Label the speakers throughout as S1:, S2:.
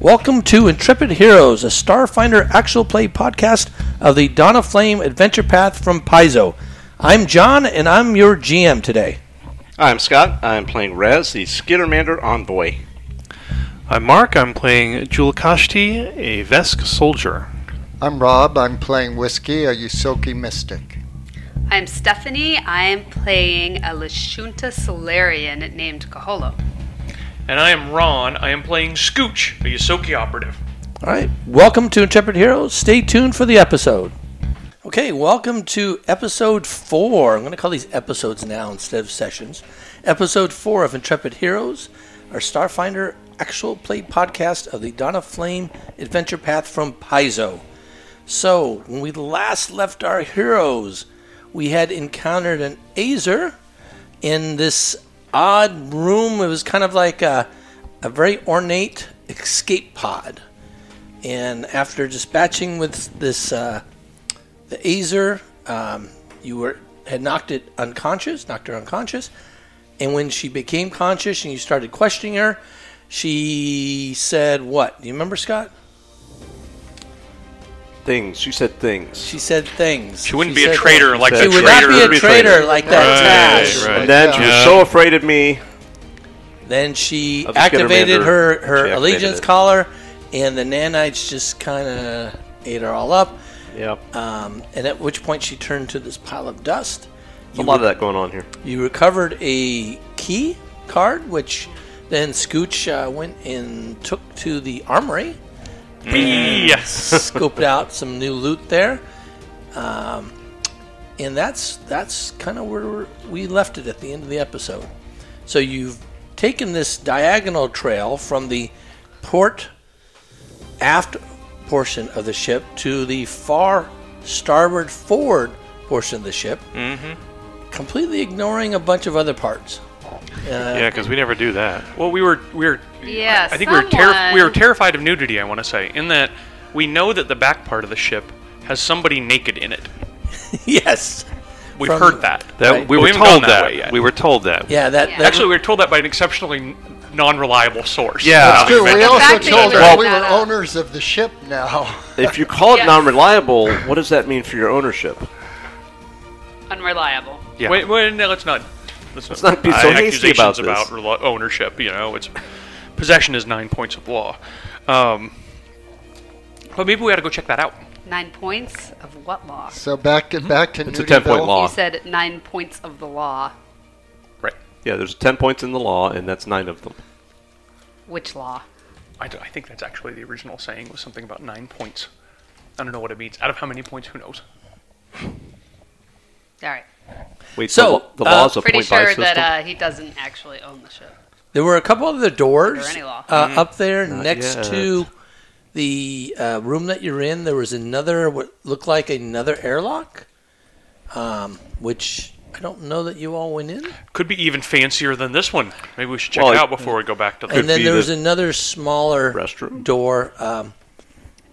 S1: Welcome to Intrepid Heroes, a Starfinder actual play podcast of the Dawn of Flame adventure path from Paizo. I'm John, and I'm your GM today.
S2: I'm Scott. I'm playing Rez, the Skittermander Envoy.
S3: I'm Mark. I'm playing Julakashti, a Vesk soldier.
S4: I'm Rob. I'm playing Whiskey, a Yusoki
S5: Uh,
S4: mystic.
S6: I'm Stephanie. I'm playing a Lashunta Solarian named Kaholo.
S7: And I am Ron. I am playing Scooch, a Yosoki operative.
S1: All right, welcome to Intrepid Heroes. Stay tuned for the episode. Okay, welcome to episode four. I'm going to call these episodes now instead of sessions. Episode four of Intrepid Heroes, our Starfinder actual play podcast of the Dawn of Flame adventure path from Paizo. So, when we last left our heroes, we had encountered an Azer in this odd room. It was kind of like a, a very ornate escape pod. And after dispatching with this uh, the Azer, um, you were had knocked it unconscious, knocked her unconscious, and when she became conscious and you started questioning her, she said, "What? Do you remember, Scott?"
S2: Things. You said things.
S1: She said things.
S7: She wouldn't be a traitor like
S1: She
S2: said
S7: the
S1: would
S7: traitor.
S1: not be a
S2: Be a
S1: traitor
S2: traitor.
S1: like that.
S7: Right,
S1: Tash.
S7: right.
S2: and then she was
S7: Yeah.
S2: so afraid of me.
S1: Then she
S2: Of the
S1: activated
S2: Skittermander.
S1: her, her
S2: She activated
S1: allegiance
S2: it.
S1: collar, and the nanites just kind of ate her all up.
S2: Yep.
S1: Um, and at which point she turned to this pile of dust.
S2: a lot of that going on here.
S1: You recovered a key card, which then Scooch uh, went and took to the armory,
S7: Yes.
S1: scoped out some new loot there. Um, and that's that's kind of where we left it at the end of the episode. So you've taken this diagonal trail from the port aft portion of the ship to the far starboard forward portion of the ship, mm-hmm. completely ignoring a bunch of other parts.
S3: Yeah, because we never do that.
S7: Well, we were we were.
S6: Yeah,
S7: I think we were terri- we were
S6: someone-
S7: terrified of nudity. I want to say in that we know that the back part of the ship has somebody naked in it.
S1: yes.
S7: We've
S1: From-
S7: heard that.
S5: That
S1: Right.
S5: we,
S7: We
S5: were
S7: haven't gone
S5: told
S7: that
S5: that.
S7: way yet.
S5: We were told that.
S1: Yeah, that,
S6: Yeah.
S1: that
S7: Actually, we were told that by an exceptionally n- non-reliable source.
S5: Yeah.
S7: That's
S5: That's
S7: what
S4: True,
S7: we
S4: we
S7: meant.
S4: also
S6: fact that
S4: told
S6: you
S4: her
S6: brought
S4: we were
S6: that up.
S4: owners of the ship now.
S2: If you call it
S6: Yes.
S2: non-reliable, what does that mean for your ownership?
S6: Unreliable.
S5: Yeah.
S7: Wait, wait, no, let's not. Let's,
S2: not be so hasty
S7: accusations
S2: about this.
S7: relo- ownership. You know, it's possession is nine points of law. Um, but maybe we ought to go check that out.
S6: Nine points of what law?
S4: So back to, back to
S5: Hmm? It's a 10 point
S4: Nudiville.
S5: law.
S6: You said nine points of the law.
S7: Right.
S5: Yeah, there's 10 points in the law, and that's nine of them.
S6: Which law?
S7: I, d- I think that's actually the original saying was something about nine points. I don't know what it means. Out of how many points? Who knows?
S6: All right.
S5: Wait,
S1: So,
S5: so the,
S1: uh,
S5: law is a
S6: Pretty
S5: point by
S6: sure
S5: system.
S6: that uh, he doesn't actually own the ship.
S1: There were a couple other doors
S6: Under any law.
S1: uh,
S7: Mm.
S1: up there next
S5: yet.
S1: to the uh, room that you're in. There was another what looked like another airlock, um, which I don't know that you all went in.
S7: Could be even fancier than this one. Maybe we should check
S5: Well,
S7: it out
S5: it-
S7: before we go back to the.
S1: and then
S5: be
S1: there
S5: the
S1: was another smaller
S5: restroom?
S1: door. Um,
S6: Do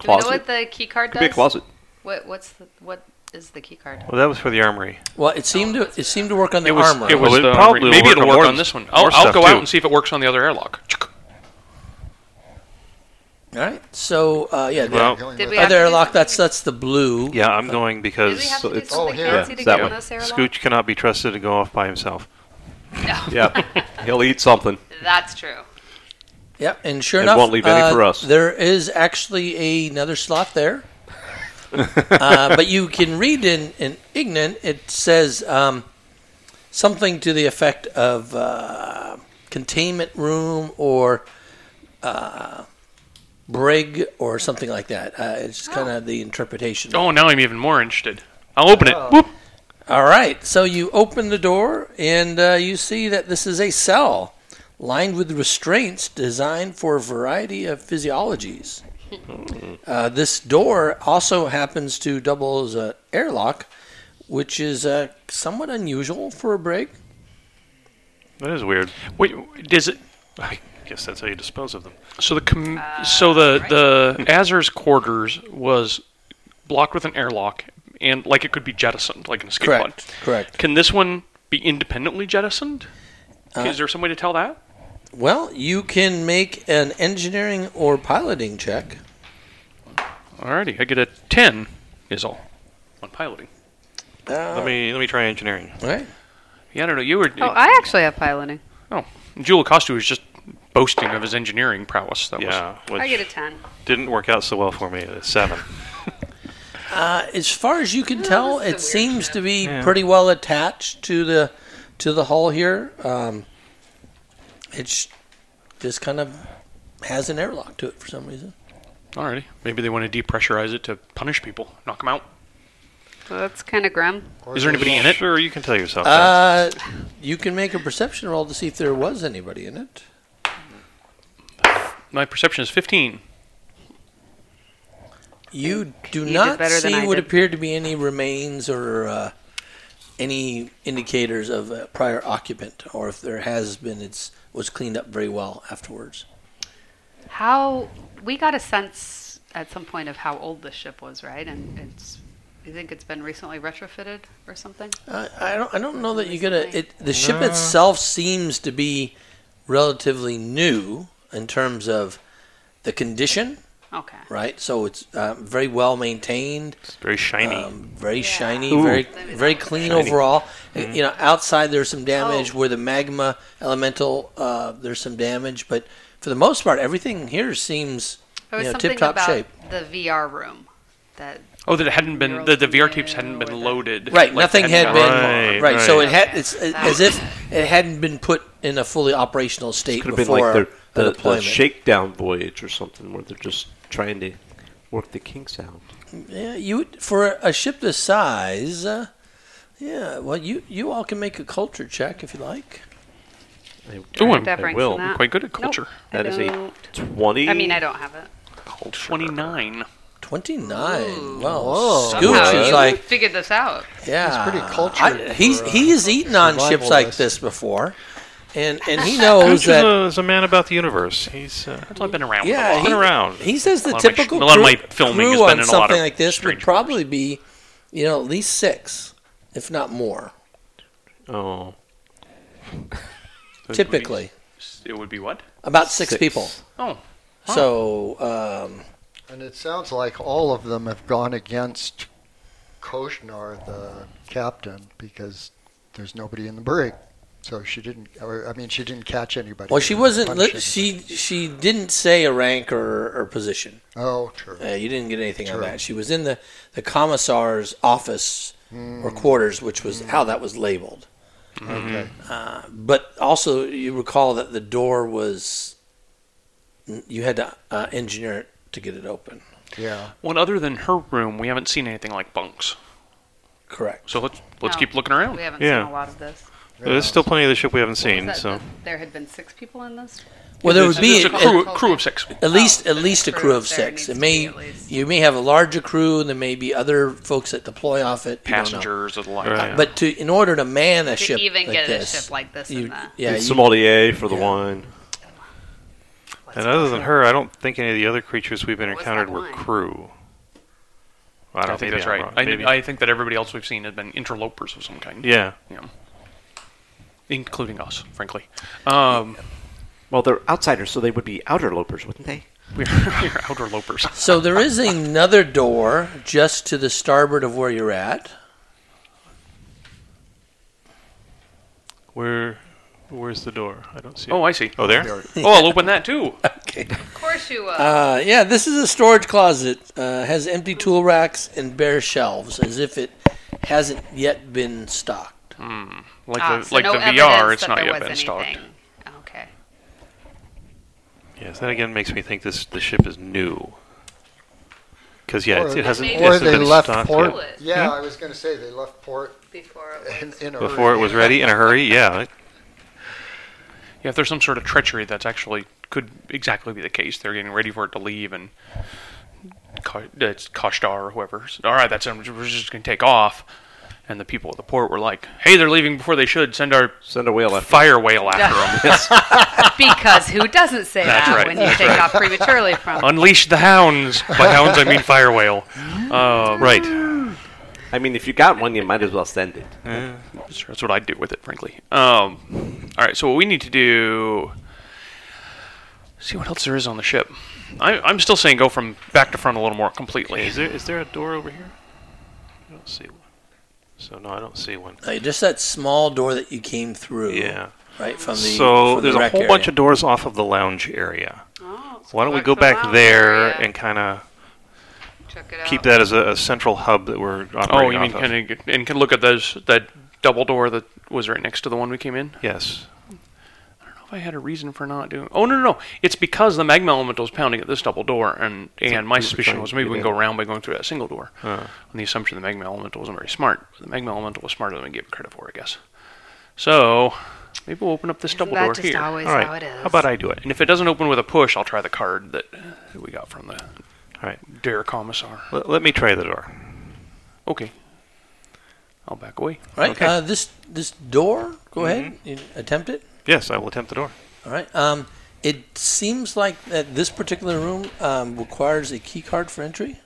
S6: we know
S5: Closet.
S6: what the key card
S5: Could
S6: does?
S5: be a closet.
S6: What, what's the, what is the key card?
S3: Well, that was for the armory.
S1: well, it seemed to it seemed to work on the
S7: It was.
S1: armor.
S7: It was
S5: Well, it
S7: the-
S5: probably will
S7: maybe
S5: work
S7: it'll
S5: on
S7: work
S5: more-
S7: on this one. I'll,
S5: more
S7: I'll
S5: stuff,
S7: go out
S5: too.
S7: and see if it works on the other airlock.
S1: all right. So uh, yeah, the
S5: Well,
S4: Going
S6: Did
S4: with
S6: we
S4: that.
S1: other
S6: have to do
S1: airlock.
S6: something?
S1: That's that's the blue.
S3: Yeah, I'm going
S6: Did
S3: because
S6: we have to do
S5: it's-
S6: something
S4: Oh, here.
S6: fancy to
S5: It's that
S6: get on
S5: way.
S6: this airlock?
S3: Scooch cannot be trusted to go off by himself.
S6: No,
S5: yeah, he'll eat something.
S6: that's true.
S1: Yep. And sure
S5: It
S1: enough,
S5: won't leave any
S1: uh,
S5: for us.
S1: There is actually another slot there. uh, but you can read in, in Ignan, it says um, something to the effect of uh, containment room or uh, brig or something like that. Uh, it's kind of the interpretation.
S7: Oh, now I'm even more interested. I'll open it. Whoop.
S1: All right, so you open the door and uh, you see that this is a cell lined with restraints designed for a variety of physiologies.
S5: Hmm.
S1: Uh, this door also happens to double as an airlock, which is uh, somewhat unusual for a break.
S3: That is weird.
S7: Wait, does it?
S3: I guess that's how you dispose of them.
S7: So the com- so the the Azur's quarters was blocked with an airlock, and like it could be jettisoned, like an escape
S1: Correct,
S7: pod.
S1: correct.
S7: Can this one be independently jettisoned? Is there some way to tell that?
S1: Well, you can make an engineering or piloting check.
S7: Alrighty, I get a ten. Is all on piloting.
S1: Uh,
S5: Let me let me try engineering.
S1: all right.
S7: Yeah, I don't know. You were
S6: Oh, I actually have piloting.
S7: Jewel Acosta was just boasting of his engineering prowess. That was
S5: Yeah, which
S6: I get a 10.
S5: didn't work out so well for me. A seven.
S1: Uh, as far as you can tell,
S6: this is a
S1: it
S6: weird
S1: seems
S6: ship.
S1: to be pretty well attached to the to the hull here. Um, it's just kind of has an airlock to it for some reason.
S7: alrighty. Maybe they want to depressurize it to punish people, knock them out.
S6: So that's kind of grim.
S7: Is there anybody in it?
S5: Sure, you can tell yourself. that.
S1: Uh, you can make a perception roll to see if there was anybody in it.
S7: My perception is fifteen.
S1: You do
S6: did
S1: not
S6: better than
S1: see
S6: I
S1: what
S6: did.
S1: appear to be any remains or uh, any indicators of a prior occupant, or if there has been, it's was cleaned up very well afterwards.
S6: How we got a sense at some point of how old this ship was, right? And it's you think it's been recently retrofitted or something?
S1: I, I don't. I don't know that you get a.
S6: Recently.
S1: It, the ship itself seems to be relatively new in terms of the condition,
S6: Okay.
S1: right? So it's uh, very well maintained,
S5: it's very shiny.
S1: um, very
S6: Yeah.
S1: shiny,
S5: Ooh.
S1: very very clean
S5: Shiny. Mm-hmm.
S1: overall. You know, outside there's some damage
S6: Oh.
S1: where the magma elemental uh, there's some damage, but for the most part, everything here seems
S6: There
S1: you
S6: was
S1: know
S6: something
S1: tip top
S6: about
S1: shape.
S6: the VR room that
S7: Oh, that it hadn't been the, the VR tapes
S6: Neural
S7: hadn't
S6: or
S7: been
S6: the-
S7: loaded.
S1: Right,
S7: like,
S1: nothing had
S7: hadn't
S1: been
S7: gone
S5: Right,
S1: right, So
S5: right.
S1: it had it's uh,
S6: That
S1: as
S6: was
S1: if it hadn't been put in a fully operational state
S5: Could have been
S1: before
S5: like the,
S1: the,
S5: the, the
S1: deployment.
S5: shakedown voyage or something where they're just trying to work the kinks out.
S1: Yeah, you would- for a ship this size. Uh, yeah, well, you you all can make a culture check if you like.
S5: I,
S7: Ooh, I'm-
S6: That
S5: I
S6: ranks
S5: will.
S6: in that.
S7: Quite good at
S6: Nope.
S7: culture.
S5: That
S6: I
S5: is a
S6: don't-
S5: twenty.
S6: I mean, I don't have it.
S7: Twenty nine.
S1: Twenty nine. Well,
S4: Whoa.
S1: Scooch
S6: Somehow
S1: is
S6: you
S1: like
S6: figured this out.
S1: yeah.
S4: He's pretty cultured
S1: I- he's
S4: for, uh,
S1: he's eaten on ships like
S4: survivalist.
S1: this before, and and he knows
S5: Scooch is
S1: that.
S5: a, is a man about the universe. He's uh,
S7: That's all I've been around.
S1: Yeah,
S7: with a
S1: he-
S5: been
S7: lot.
S5: around.
S1: He says the
S7: lot of my sh-
S1: typical
S7: a lot of
S1: crew,
S7: my filming has
S1: crew on
S7: been in a lot of
S1: something like this would
S7: strange
S1: probably be, you know, at least six, if not more,
S5: oh,
S1: typically.
S7: it would be what?
S1: About six, people.
S7: Oh, Huh.
S1: So, um,
S4: And it sounds like all of them have gone against Koshnar, the captain, because there's nobody in the brig. So she didn't. Or, I mean, she didn't catch anybody.
S1: well, she
S4: or
S1: wasn't.
S4: punish
S1: Li-
S4: anybody.
S1: she she didn't say a rank or, or position.
S4: Oh, true.
S1: Uh, you didn't get anything on
S4: True.
S1: that. She was in the, the commissar's office
S4: Hmm, Mm.
S1: or quarters, which was how that was labeled.
S4: Okay.
S1: Uh, but also, you recall that the door was, you had to uh, engineer it to get it open.
S5: Mm-hmm.
S4: Yeah.
S7: Well, other than her room, we haven't seen anything like bunks.
S1: Correct.
S7: So let's let's
S6: No.
S7: keep looking around.
S6: We haven't
S5: Yeah.
S6: seen a lot of this.
S5: there's still plenty of the ship we haven't seen.
S6: That-
S5: So
S6: that There had been six people in this.
S1: Well, there
S7: It's-
S1: would be
S7: it's a
S1: at,
S7: crew,
S6: at-
S7: crew of six.
S1: at least
S6: Oh,
S1: at least a
S6: crew
S1: crew of
S6: there
S1: six.
S6: needs
S1: It
S6: to be
S1: may
S6: at least.
S1: you may have a larger crew, and there may be other folks that deploy off it. you don't know.
S7: Passengers of the line.
S5: Right.
S1: But to in order to man a
S6: To
S1: ship
S6: even
S1: like
S6: get
S1: this,
S6: a ship like this
S1: you,
S6: and that.
S1: yeah,
S5: It's
S1: you-
S5: sommelier for the
S1: yeah.
S5: wine. And other than her, I don't think any of the other creatures we've
S6: was
S5: encountered
S6: that
S5: were
S6: line?
S5: crew. I
S7: I
S5: don't
S7: don't think
S5: maybe
S7: that's
S5: I'm
S7: right.
S5: wrong.
S7: I,
S5: Maybe-
S7: I think that everybody else we've seen has been interlopers of some kind.
S5: yeah.
S7: Including us, frankly. Um,
S5: Well, they're outsiders, so they would be outer lopers, wouldn't they?
S7: we're, we're outer lopers.
S1: So there is another door just to the starboard of where you're at.
S5: Where, where's the door? I don't see.
S7: Oh, I see.
S5: oh, there.
S7: Oh, I'll open that too.
S6: Of course you will.
S1: Uh, yeah, this is a storage closet. Uh, has empty tool racks and bare shelves, as if it hasn't yet been stocked.
S7: Like
S6: Ah,
S7: the
S6: so
S7: like
S6: no
S7: the VR,
S6: evidence
S7: it's
S6: that
S7: not
S6: there
S7: yet
S6: was
S7: been stocked.
S6: anything. Okay.
S5: Yes, that again makes me think this the ship is new. Because yeah, it's,
S4: Or-
S5: it hasn't.
S6: Maybe
S5: it
S4: Or
S5: hasn't
S4: they
S5: been
S4: left
S5: stocked
S4: port.
S5: yet.
S6: yet.
S4: Yeah, I was going to say they left port
S6: Before it
S4: in, in a
S5: Hmm? before it
S4: hurry.
S5: was ready in a hurry. Yeah,
S7: Yeah, if there's some sort of treachery, that's actually could exactly be the case. They're getting ready for it to leave, and Ka- it's Kashtar or whoever. said, All right, that's it. we're just going to take off. And the people at the port were like, "Hey, they're leaving before they should. Send our
S5: send a whale after.
S7: fire whale after them.
S6: because who doesn't say
S7: That's
S6: that
S7: right,
S6: when you take off prematurely from?
S7: Unleash the hounds. By hounds, I mean fire whale. Um,
S5: Right. I mean, if you got one, you might as well send it.
S7: Sure, that's what I'd do with it, frankly. Um, all right, so what we need to do See what else there is on the ship. I, I'm still saying go from back to front a little more completely.
S8: Okay, is there is there a door over here? I don't see one. So no, I don't see one.
S1: Uh, just that small door that you came through.
S8: Yeah.
S1: Right from the.
S8: So
S1: from the
S8: there's a
S1: rec
S8: whole
S1: area.
S8: bunch of doors off of the lounge area.
S6: Oh, let's
S8: Why don't we
S6: to
S8: go
S6: the
S8: back
S6: lounge
S8: there
S6: area.
S8: and kind of
S6: check it
S8: keep
S6: out.
S8: that as a, a central hub that we're operating
S7: Oh, you mean
S8: off of.
S7: kind of and can look at those that double door that was right next to the one we came in.
S8: Yes.
S7: I don't know if I had a reason for not doing. Oh no, no, no! It's because the magma elemental is pounding at this double door, and and my
S5: we were
S7: suspicion
S5: trying
S7: was
S5: to
S7: maybe
S5: get
S7: we can
S5: in.
S7: go around by going through that single door.
S8: Uh,
S7: on the assumption the magma elemental wasn't very smart. The magma elemental was smarter than we gave it credit for, I guess. So maybe we'll open up this
S6: Isn't
S7: double
S6: that
S7: door
S6: just
S7: here.
S6: always
S8: all right.
S6: how it is?
S8: How about I do it?
S7: And if it doesn't open with a push, I'll try the card that that we got from the
S8: All right.
S7: Dare Commissar.
S8: Let, let me try the door.
S7: Okay. I'll back away.
S1: Right.
S8: Okay. Mm-hmm.
S1: Uh, this this door. Go ahead. You attempt it.
S8: Yes, I will attempt the door.
S1: All right. Um, it seems like that this particular room um, requires a key card for entry.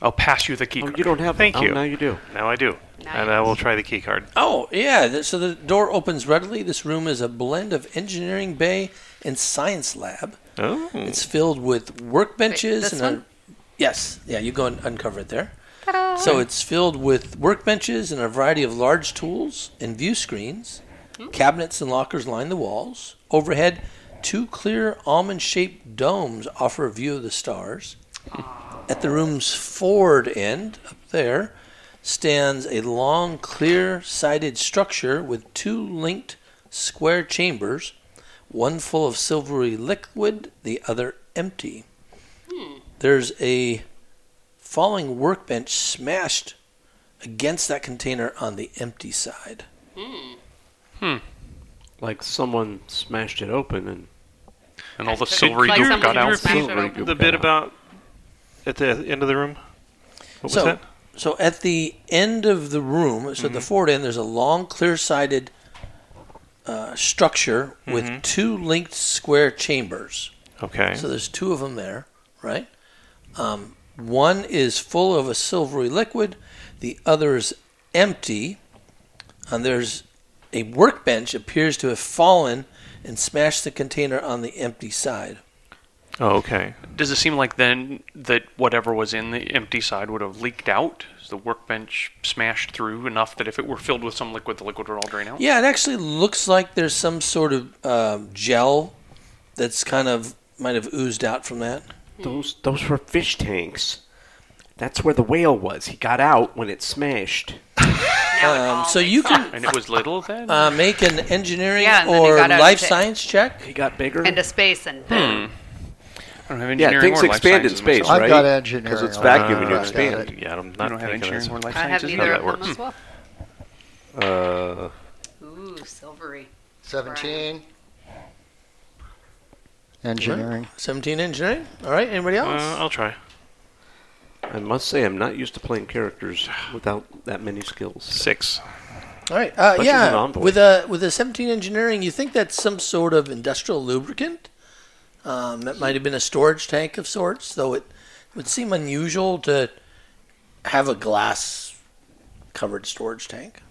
S7: I'll pass you the key
S5: Oh,
S7: card.
S5: you don't have.
S8: Thank
S5: oh,
S8: you.
S5: Now you do.
S8: Now I do. And uh, I will try the key card.
S1: Oh yeah. th- So the door opens readily. This room is a blend of engineering bay and science lab.
S8: Oh.
S1: It's filled with workbenches
S6: this
S1: and
S6: one?
S1: A, yes, yeah, you go and uncover it there. So it's filled with workbenches and a variety of large tools and view screens.
S6: Hmm.
S1: Cabinets and lockers line the walls. Overhead, two clear almond-shaped domes offer a view of the stars. At the room's forward end, up there, stands a long, clear-sided structure with two linked square chambers one full of silvery liquid, the other empty. There's a falling workbench smashed against that container on the empty side.
S6: hmm.
S5: Like someone smashed it open and
S7: and all the
S6: It's
S7: silvery
S6: like
S7: goop
S6: something
S7: got out.
S6: smashed it
S5: Silvery
S6: open.
S5: goop.
S8: The bit about at the end of the room. What was
S1: so,
S8: that?
S1: so at the end of the room, so at the forward end, there's a long, clear-sided uh, structure with two linked square chambers.
S8: Okay.
S1: So there's two of them there, right? Um, one is full of a silvery liquid, the other is empty, and there's a workbench appears to have fallen and smashed the container on the empty side.
S8: Oh, okay.
S7: Does it seem like then that whatever was in the empty side would have leaked out? Is the workbench smashed through enough that if it were filled with some liquid, the liquid would all drain
S6: Oh.
S7: out?
S1: Yeah, it actually looks like there's some sort of um, gel that's kind of might have oozed out from that.
S5: those those were fish tanks. That's where the whale was. He got out when it smashed.
S1: Um, so you can
S7: And it was little then?
S1: uh, make an engineering
S6: Yeah, and then you
S1: or
S6: got out of
S1: life
S6: it.
S1: science check.
S5: He got bigger.
S6: Into space
S8: Hmm.
S6: and boom.
S7: Hmm. I don't have
S5: hmm. yeah,
S7: engineering
S5: things
S7: or life
S5: expand in
S7: sciences
S5: space,
S7: myself.
S4: I've
S5: right?
S4: got engineering.
S5: it's vacuum
S4: I've
S5: and you
S4: got
S5: expand.
S4: it.
S8: Uh, Yeah, I'm
S7: I
S8: not
S7: don't have
S8: thinking
S7: engineering or
S8: of
S7: life
S6: I have
S7: sciences.
S6: neither of
S8: that
S6: them
S8: works.
S6: as well.
S8: this. Uh,
S6: Ooh, silvery.
S4: 17. Engineering.
S1: 17 engineering. All right, anybody else?
S8: uh, I'll try.
S5: I must say, I'm not used to playing characters without that many skills.
S8: Six.
S1: All right. Uh,
S5: Much as an
S1: yeah.
S5: envoy.
S1: With a with a 17 engineering, you think that's some sort of industrial lubricant? Um, that might have been a storage tank of sorts, though it would seem unusual to have a glass covered storage tank.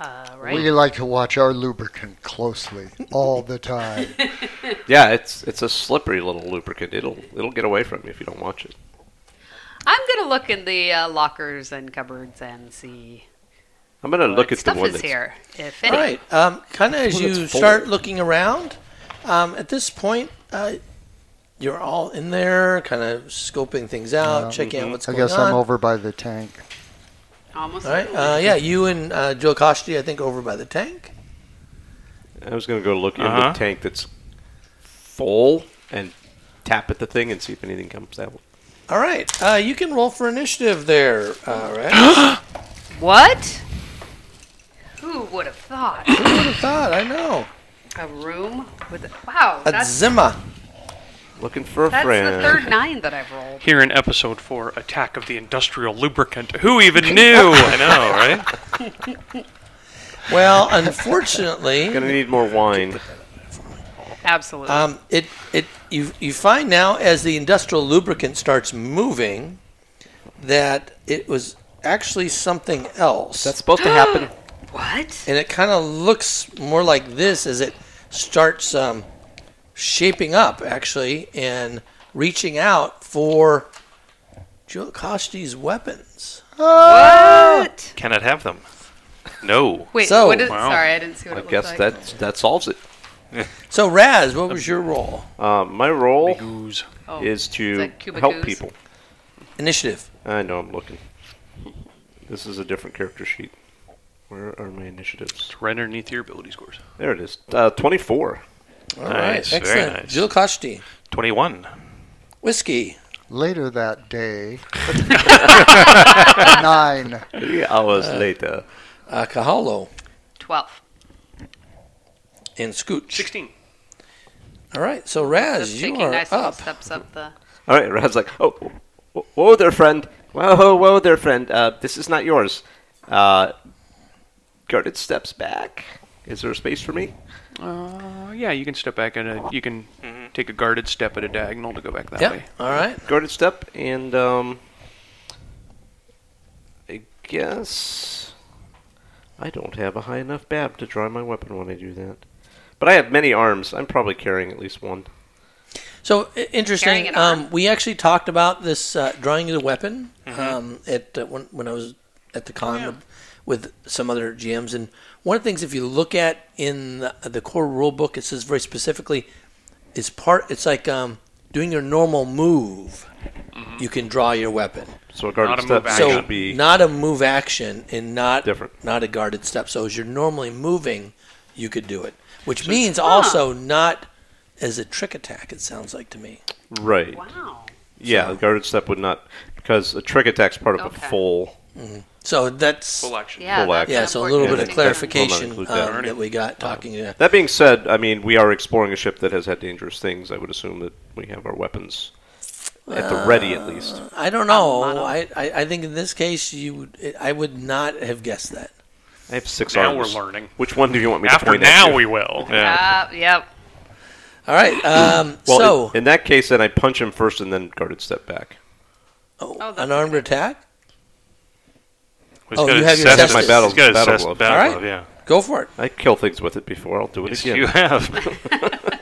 S6: Uh, right.
S4: We like to watch our lubricant closely all the time.
S5: Yeah, it's it's a slippery little lubricant. It'll it'll get away from you if you don't watch it.
S6: I'm gonna look in the uh, lockers and cupboards and see
S5: I'm gonna look
S6: what
S5: at
S6: stuff
S5: the one
S6: is
S5: that's
S6: here, if
S1: All
S6: any.
S1: right. Um, kind of as
S5: Well,
S1: you
S5: that's full.
S1: start looking around, um, at this point, uh, you're all in there, kind of scoping things out,
S4: Yeah. mm-hmm.
S1: checking out what's
S4: I
S1: going
S4: guess
S1: on.
S4: I'm over by the tank.
S6: Almost.
S1: All right.
S6: certainly.
S1: Uh, yeah, you and uh, Joe Kosti, I think, over by the tank.
S5: I was gonna go look in
S8: Uh-huh.
S5: the tank that's full and tap at the thing and see if anything comes out.
S1: All right, uh, you can roll for initiative there, uh, Rex.
S6: What? Who would have thought?
S1: Who would have thought? I know.
S6: A room with a, wow.
S1: At
S6: that's
S1: Zima.
S5: Looking for a
S6: that's the
S5: friend.
S6: third nine that I've rolled.
S7: Here in episode four, Attack of the Industrial Lubricant. Who even knew?
S8: I know, right?
S1: Well, unfortunately,
S5: Gonna need more wine.
S6: Absolutely.
S1: um, it it you you find now as the industrial lubricant starts moving that it was actually something else,
S5: That's supposed to happen.
S6: what?
S1: and it kind of looks more like this as it starts um, shaping up actually and reaching out for Joe Costi's weapons.
S6: What?
S3: Can it have them? No.
S6: Wait,
S1: Oh! So-
S6: what is?
S3: Wow.
S6: Sorry, I didn't see what
S2: I
S6: it
S2: guess
S6: looked like.
S2: that that solves it.
S1: So Raz, what was your role?
S2: Uh, my role
S7: Ooze.
S6: oh.
S2: is to
S6: like Cuba
S2: help
S6: Goose?
S2: people.
S1: Initiative.
S2: I know I'm looking. This is a different character sheet. Where are my initiatives?
S7: Right underneath your ability scores.
S2: There it is. Uh, 24.
S1: All right,
S3: Nice, very
S1: excellent.
S3: nice.
S1: Joe Costi,
S3: 21.
S1: whiskey.
S4: Later that day, nine.
S2: Three hours later.
S1: Uh, Kahalo
S6: twelve.
S1: and Scooch.
S7: 16.
S1: All right, so Raz,
S6: Just
S1: you
S6: taking
S1: are
S6: nice little
S1: up.
S6: steps up the.
S5: All right, Rad's like, oh, whoa, whoa there, friend. Whoa, whoa there, friend. Uh, this is not yours. Uh, guarded steps back. Is there a space for me?
S7: Uh, yeah, you can step back and uh, you can take a guarded step at a diagonal to go back that way.
S1: Yep. All right.
S5: Guarded step, and um, I guess I don't have a high enough bab to draw my weapon when I do that. But I have many arms. I'm probably carrying at least one.
S1: So i-
S6: Carrying
S1: interesting.
S6: an arm.
S1: Um, we actually talked about this uh, drawing the weapon um, at uh, when, when I was at the con with some other GMs, and one of the things if you look at in the, the core rule book, it says very specifically, it's part. It's like um, doing your normal move. You can draw your weapon,
S5: So a guarded
S7: Not a
S5: step
S7: move
S1: so
S7: action.
S5: should be
S1: not a move action and not
S5: Different.
S1: not a guarded step. So as you're normally moving, you could do it, which means also not as a trick attack. It sounds like to me.
S5: right.
S6: Wow.
S5: Yeah, a guarded step would not because a trick attack's part of
S6: Okay.
S5: a full.
S1: So that's
S7: Full action.
S6: Yeah.
S5: Full
S6: That's
S5: action.
S1: yeah. So a little bit of
S5: Yeah.
S1: clarification
S5: Hold on, include that.
S1: um, that we got talking. Yeah.
S5: That being said, I mean, we are exploring a ship that has had dangerous things. I would assume that we have our weapons at the ready, at least.
S1: I don't know. I, I I think in this case you would, I would not have guessed that.
S5: I have six
S7: Now
S5: arms.
S7: we're learning.
S5: Which one do you want me to
S7: After
S5: point at
S7: now,
S5: you?
S7: we will.
S5: Yeah.
S6: Uh, yep.
S1: All right. Um,
S5: Well,
S1: so
S5: in, in that case, then I punch him first and then guarded step back.
S1: oh,
S6: Oh, that's
S1: an armed attack.
S8: He's
S1: Oh,
S8: got
S1: you
S8: his
S1: have your
S8: cestus.
S1: cestus.
S5: My battle-
S8: He's got his
S5: battle
S8: cestus-
S5: glove.
S8: battle
S1: All right.
S8: glove, yeah.
S1: Go for it.
S5: I kill things with it before. I'll do it
S8: Yes,
S5: again.
S8: you have.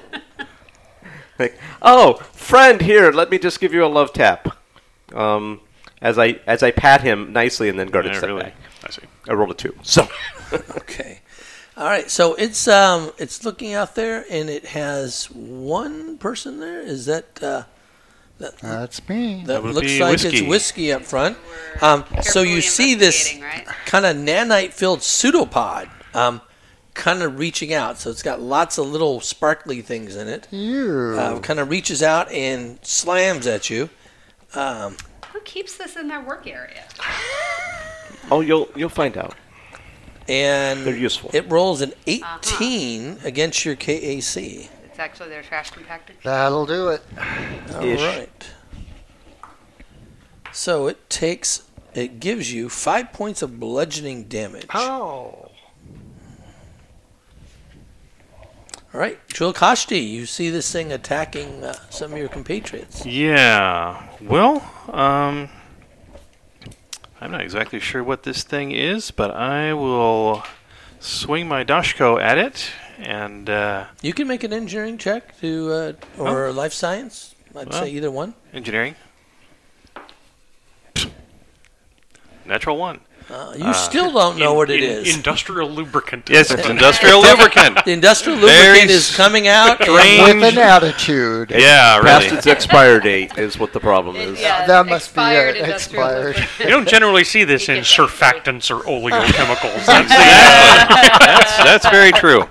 S5: Like, oh, friend, here, let me just give you a love tap. Um, as I as I pat him nicely and then guarded
S8: Yeah,
S5: step
S8: really.
S5: back.
S8: I see.
S5: I rolled a two. So
S1: Okay. All right. So it's um it's looking out there and it has one person there. Is that uh,
S4: That's me.
S1: that,
S8: would
S1: looks
S8: be
S1: like it's
S8: whiskey.
S1: whiskey up front. Um, so you
S6: Carefully
S1: see this
S6: investigating, Right?
S1: kind of nanite filled pseudopod um, kind of reaching out. So it's got lots of little sparkly things in it.
S4: You.
S7: Oh.
S1: Uh, kind of reaches out and slams at you. Um,
S6: Who keeps this in their work area?
S5: Oh you'll you'll find out.
S1: And
S5: They're useful.
S1: it rolls
S6: Uh-huh.
S1: an 18 against your KAC.
S6: It's actually their trash compactor.
S4: That'll do it.
S1: All right.
S5: Ish.
S1: So it takes, it gives you five points of bludgeoning damage.
S4: Oh.
S1: All right. Jewel Kashti, you see this thing attacking uh, some of your compatriots.
S8: Yeah. Well, um, I'm not exactly sure what this thing is, but I will swing my dashko at it, and uh,
S1: You can make an engineering check to uh, or life science. I'd
S8: Well.
S1: say either one.
S8: engineering. Natural one.
S1: Uh, you still don't know what it
S7: In-
S1: is.
S7: Industrial lubricant.
S8: Yes, it's industrial lubricant.
S1: the industrial
S8: Very
S1: lubricant is
S8: s-
S1: coming out. and-
S8: strange-
S4: With an attitude.
S8: Yeah,
S5: Past
S8: really.
S5: its expire date is what the problem is.
S6: Yeah,
S4: that must be
S6: expired
S4: it.
S6: industrial
S4: Expired.
S6: lubricant.
S7: You don't generally see this
S6: You
S7: in
S6: get that.
S7: surfactants or oleochemicals. That's
S8: that's, that's very true.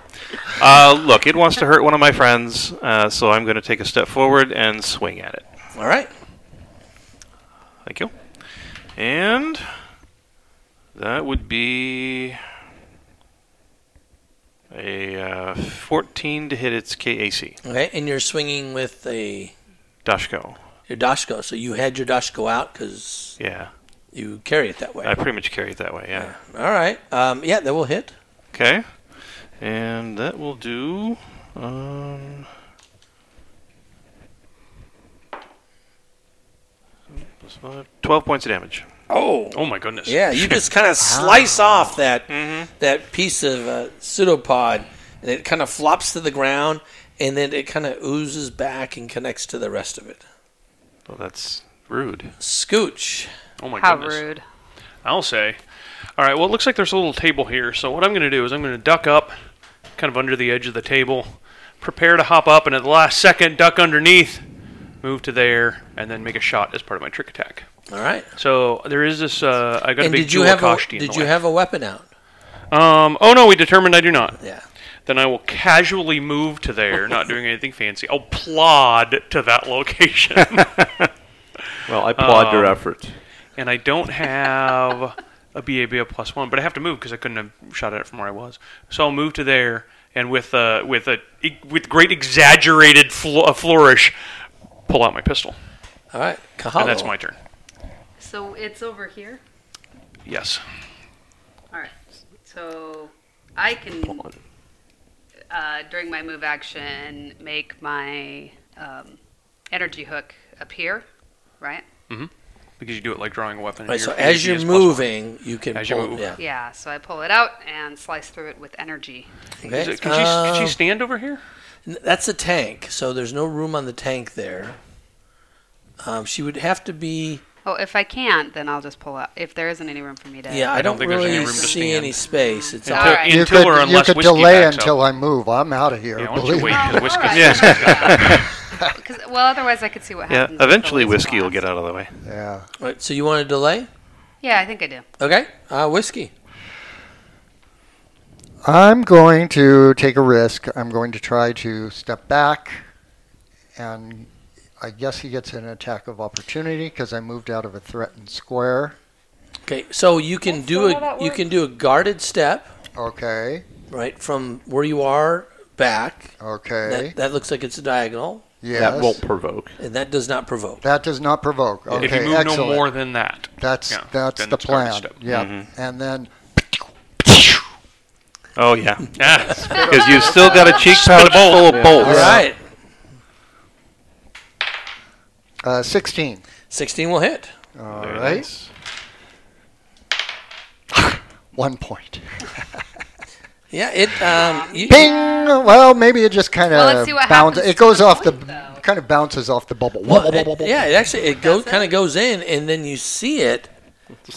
S8: Uh, look, it wants to hurt one of my friends, uh, so I'm going to take a step forward and swing at it.
S1: All right.
S8: Thank you. And that would be a uh, 14 to hit its KAC.
S1: Okay. And you're swinging with a
S8: Dashko.
S1: your dashko. So you had your dashko out because
S8: Yeah,
S1: you carry it that way.
S8: I pretty much carry it that way, yeah.
S1: All right. Um, yeah, that will hit.
S8: Okay. And that will do. Um, plus five, 12 points of damage.
S1: Oh.
S7: Oh my goodness.
S1: Yeah, you just kind of slice
S7: Ah.
S1: off
S8: Mm-hmm.
S1: that that piece of uh, pseudopod, and it kind of flops to the ground, and then it kind of oozes back and connects to the rest of it.
S8: Well, that's rude.
S1: Scooch.
S7: Oh my
S6: How
S7: goodness.
S6: rude.
S7: I'll say. All right. Well, it looks like there's a little table here. So what I'm going to do is I'm going to duck up, kind of under the edge of the table, prepare to hop up, and at the last second, duck underneath, move to there, and then make a shot as part of my trick attack.
S1: All right.
S7: So there is this. Uh, I got a
S1: And
S7: big
S1: did you
S7: jewel
S1: have a,
S7: costume.
S1: did you have a weapon out?
S7: Um. Oh no, we determined I do not.
S1: Yeah.
S7: Then I will casually move to there, not doing anything fancy. I'll plod to that location.
S5: Well, I applaud your
S7: Um,
S5: effort.
S7: and I don't have a BAB of plus one, but I have to move because I couldn't have shot at it from where I was. So I'll move to there, and with uh, with a with great exaggerated fl- flourish, pull out my pistol,
S1: All right. Kahalo.
S7: and that's my turn.
S6: So it's over here.
S7: Yes.
S6: All right. So I can, uh, during my move action, make my um, energy hook appear, right?
S7: Because you do it like drawing a weapon.
S1: All right, so
S7: Your
S1: as
S7: AP
S1: you're
S7: is plus one.
S1: moving, you can
S7: As you
S1: pull.
S7: move.
S1: Yeah.
S6: Yeah. So I pull it out and slice through it with energy.
S1: Okay.
S7: Is it- can, she, can she
S1: Um,
S7: stand over here?
S1: N- That's a tank, so there's no room on the tank there. Um, she would have to be.
S6: Oh, if I can't, then I'll just pull out. If there isn't any room for me to,
S1: Yeah, I,
S7: I
S1: don't,
S7: don't think there's
S1: really
S7: any room to
S1: see any space. It's
S6: All
S1: all,
S6: right.
S4: You
S7: Until
S4: could,
S7: or
S4: you
S7: unless
S4: could
S7: whiskey
S4: delay
S7: backs up.
S4: until I move. I'm out of here.
S7: Yeah, why don't you
S4: believe
S7: wait?
S4: me.
S6: Oh,
S7: Because whiskey-
S6: all right. Yeah. 'Cause- well, otherwise I could see what
S8: Yeah,
S6: happens. if
S8: eventually
S6: the
S8: whiskey will
S6: blast.
S8: get out of the way.
S4: Yeah.
S1: right, So you want to delay?
S6: Yeah, I think I do.
S1: Okay. Uh, whiskey.
S4: I'm going to take a risk. I'm going to try to step back, and I guess he gets an attack of opportunity because I moved out of a threatened square.
S1: Okay. So you can do a you can do a guarded step
S4: Okay.
S1: right from where you are back.
S4: Okay.
S1: That, that looks like it's a diagonal,
S4: yes.
S5: That won't provoke.
S1: and that does not provoke.
S4: That does not provoke. Okay.
S7: if you move
S4: excellent.
S7: no more than that,
S4: that's
S7: yeah,
S4: that's
S7: then
S4: the
S7: it's hard to
S4: plan.
S7: step.
S4: Yeah.
S5: Mm-hmm.
S4: And then
S8: Oh yeah,
S7: ah,
S8: because you've still got a cheek pouch full of bolts.
S1: All right.
S4: uh, 16.
S1: Sixteen will hit.
S4: All
S8: Very
S4: right.
S8: nice.
S4: One point.
S1: Yeah. It. Um. You,
S4: Ping. Well, maybe it just kind
S6: Well, let's
S4: of
S6: see what
S4: bounces.
S6: happens
S4: It goes
S6: to the
S4: off the
S6: point, though.
S4: kind of bounces off the bubble.
S1: Well, it- yeah, it actually it goes
S6: Does it?
S1: kind of goes in, and then you see it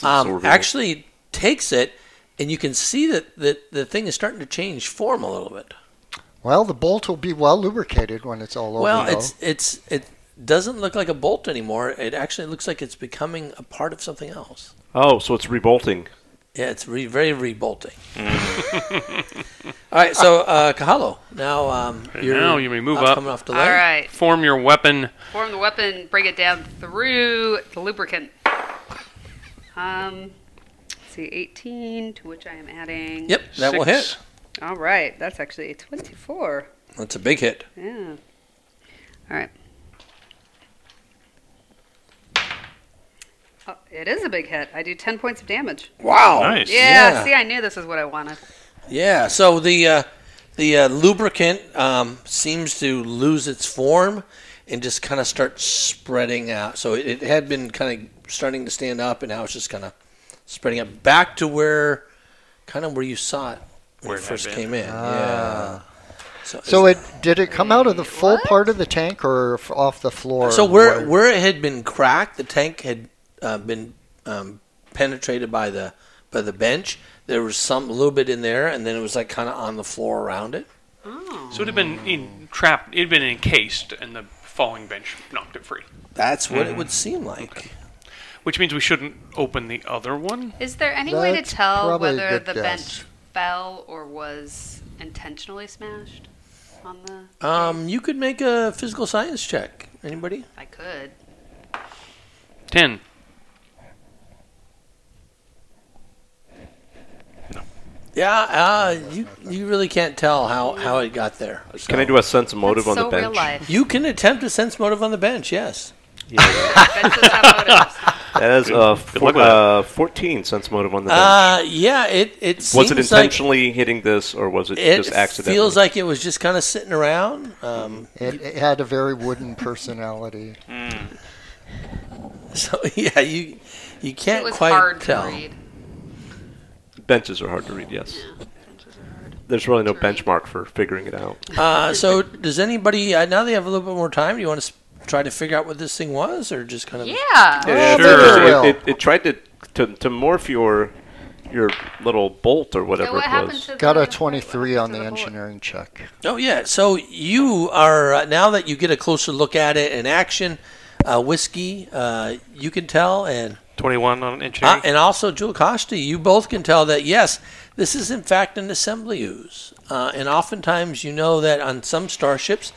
S1: um, actually takes it, and you can see that, that the thing is starting to change form a little bit.
S4: Well, the bolt will be well lubricated when it's all over.
S1: well,
S4: though.
S1: it's it's it doesn't look like a bolt anymore. It actually looks like it's becoming a part of something else.
S5: Oh, so it's rebolting.
S1: Yeah, it's re- very rebolting.
S7: Mm.
S1: All right, so uh, Kahalo, now um,
S7: Okay,
S1: you're
S7: now you may move
S1: not
S7: up.
S1: Coming off the
S6: All right.
S7: form your weapon.
S6: Form the weapon, bring it down through the lubricant. Um, let's see, 18, to which I am adding.
S1: Yep, that will hit.
S7: six.
S6: All right, that's actually a 24.
S1: That's a big hit.
S6: Yeah. All right. Oh, it is a big hit. I do 10 points of damage.
S1: Wow.
S8: Nice.
S6: Yeah,
S1: Yeah.
S6: see, I knew this is what I wanted.
S1: Yeah. So the uh, the uh, lubricant um, seems to lose its form and just kind of start spreading out. So it, it had been kind of starting to stand up, and now it's just kind of spreading out back to where kind of where you saw it when
S7: Where
S1: it
S7: it had
S1: first
S7: been.
S1: came in. yeah. So,
S4: Ah. so
S1: it's-
S4: it did it come out of the full
S6: What?
S4: part of the tank or f- off the floor?
S1: so where where it had been cracked, the tank had uh, been um, penetrated by the by the bench. There was some a little bit in there, and then it was like kind of on the floor around it.
S6: Oh.
S7: So it had been in, trapped. It had been encased, and the falling bench knocked it free.
S1: That's what it would seem like.
S7: Which means we shouldn't open the other one.
S6: Is there any way to
S4: That's
S6: tell
S4: probably a
S6: whether
S4: good
S6: the
S4: guess.
S6: bench fell or was intentionally smashed on the.
S1: Um, you could make a physical science check. Anybody?
S6: I could.
S7: Ten.
S1: Yeah, uh, you you really can't tell how, how it got there.
S5: Can I do a sense of motive
S6: That's
S5: on the
S6: so
S5: bench?
S6: real life.
S1: You can attempt a sense motive on the bench. Yes.
S6: Benches have motives.
S5: That is a
S8: luck
S5: four,
S8: with
S5: uh, 14 sense motive on the bench.
S1: Uh, yeah. It it seems
S5: was it
S1: like
S5: intentionally hitting this, or was it,
S1: it
S5: just accidental?
S1: feels like it was just kind of sitting around. Um,
S4: it, it had a very wooden personality.
S1: so yeah, you you
S6: It
S1: can't
S6: was
S1: quite
S6: hard
S1: tell.
S6: to read.
S5: Benches are hard to read, yes.
S6: Benches are hard.
S2: There's really no benchmark for figuring it out.
S1: Uh, so does anybody? Uh, now that you have a little bit more time, do you want to s- try to figure out what this thing was, or just kind of?
S6: Yeah.
S4: Yeah,
S1: Oh,
S2: Sure.
S4: sure.
S2: It, it, it tried to, to to morph your your little bolt or whatever
S6: So what
S2: it
S6: happened
S2: was.
S6: to
S4: Got
S6: the,
S4: a 23
S6: to
S4: on the
S6: bullet?
S4: engineering check.
S1: Oh yeah. So you are uh, now that you get a closer look at it in action, uh, whiskey. Uh, you can tell, and
S8: 21 on engineering.
S1: uh, and also Jewel Costi, you both can tell that yes, this is in fact an assembly use, uh, and oftentimes you know that on some starships,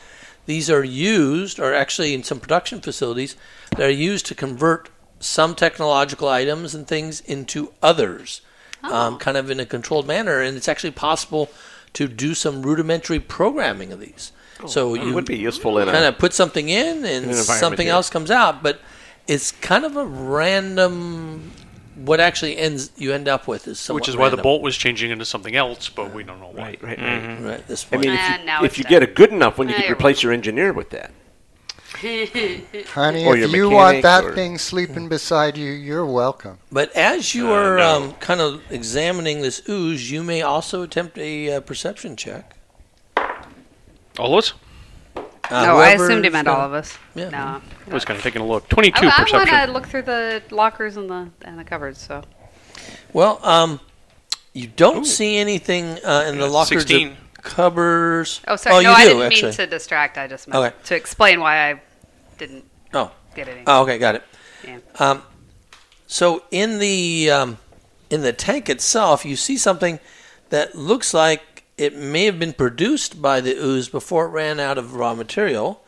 S1: these are used, or actually in some production facilities, they're used to convert some technological items and things into others,
S5: Oh.
S1: um, kind of in a controlled manner, and it's actually possible to do some rudimentary programming of these. so you
S5: It Oh, would be useful in
S1: kind
S5: a
S1: of put something in and
S2: environment
S1: something
S2: here.
S1: else comes out but it's kind of a random what actually ends you end up with is somewhat
S7: Which is why the
S1: random,
S7: bolt was changing into something else, but we don't know why.
S5: right, right, right.
S1: right at this
S5: I
S1: point
S5: mean,
S6: And
S5: if
S6: now
S5: you,
S6: it's
S5: if you
S6: done.
S5: get it good enough, when you
S6: Yeah,
S5: could
S6: you're
S5: replace your engineer with that.
S4: Honey,
S5: Or
S4: if
S5: your
S4: you want
S5: mechanic
S4: that
S5: or-
S4: thing sleeping beside you, you're welcome.
S1: but as you are
S2: no.
S1: um, kind of examining this ooze you may also attempt a uh, perception check
S7: All of us?
S1: Uh,
S6: no, I
S1: whoever's
S6: assumed it meant
S1: gonna-
S6: all of us.
S1: Yeah.
S6: No.
S7: I was kind of taking a look. 22
S6: Oh, I, I want
S7: perception.
S6: to look through the lockers and the and the cupboards. So
S1: Oh, well um, you don't see anything uh, in the lockers or
S8: 16.
S1: cupboards
S6: oh sorry,
S1: you
S6: no, I
S1: do,
S6: didn't
S1: actually.
S6: mean to distract. I just meant
S1: Okay.
S6: to explain why I didn't
S1: Oh.
S6: get anything.
S1: Oh, okay, got it.
S6: Yeah.
S1: Um, so in the um, in the tank itself, you see something that looks like it may have been produced by the ooze before it ran out of raw material,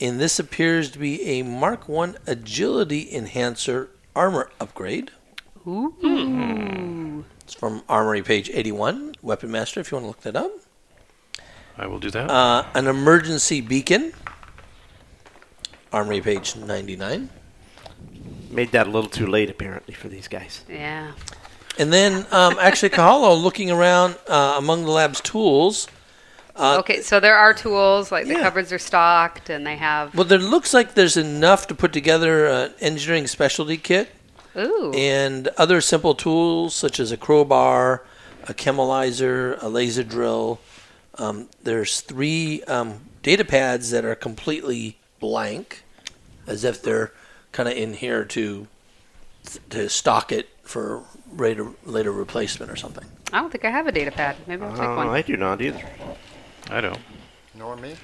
S1: and this appears to be a Mark One agility enhancer armor upgrade. Uh,
S6: Ooh.
S1: hmm. It's from Armory page eighty-one, Weapon Master. If you want to look that up.
S8: I will do that.
S1: Uh, an emergency beacon. Armory page ninety-nine.
S5: Made that a little too late, apparently, for these guys.
S6: Yeah.
S1: And then, um, actually, Kahalo looking around uh, among the lab's tools.
S6: okay, so there are tools like the
S1: Uh, yeah.
S6: cupboards are stocked and they have
S1: Well, there looks like there's enough to put together an engineering specialty kit
S6: ooh
S1: and other simple tools such as a crowbar, a chemilizer, a laser drill. Um, there's three um, data pads that are completely blank, as if they're kind of in here to to stock it for later later replacement or something.
S6: I don't think I have a data pad. Maybe I'll take
S5: Uh,
S6: one.
S5: I do not either.
S8: I don't.
S4: Nor me.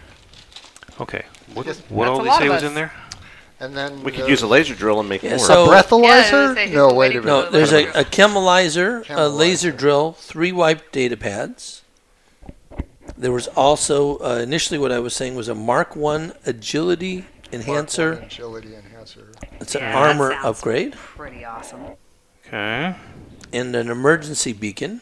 S8: Okay. What,
S4: Yes,
S8: what
S6: that's
S8: all
S6: a
S8: they
S6: lot
S8: say
S6: of
S8: was
S6: us.
S8: in there?
S4: And then
S5: We could
S4: the
S5: use a laser drill and make
S1: Yeah,
S5: more.
S1: so-
S4: breathalyzer?
S6: Yeah, I was gonna say,
S4: no, wait
S6: who's
S4: a
S6: waiting
S4: minute.
S1: No,
S6: But
S1: there's a,
S6: like-
S1: a chemilizer, a
S4: Chemilizer.
S1: laser drill, three wipe data pads. There was also uh, initially what I was saying was a Mark One agility enhancer.
S4: Mark one Agility enhancer.
S1: It's an
S6: Yeah, that
S1: armor
S6: sounds
S1: upgrade
S6: Pretty awesome.
S8: Okay.
S1: and an emergency beacon.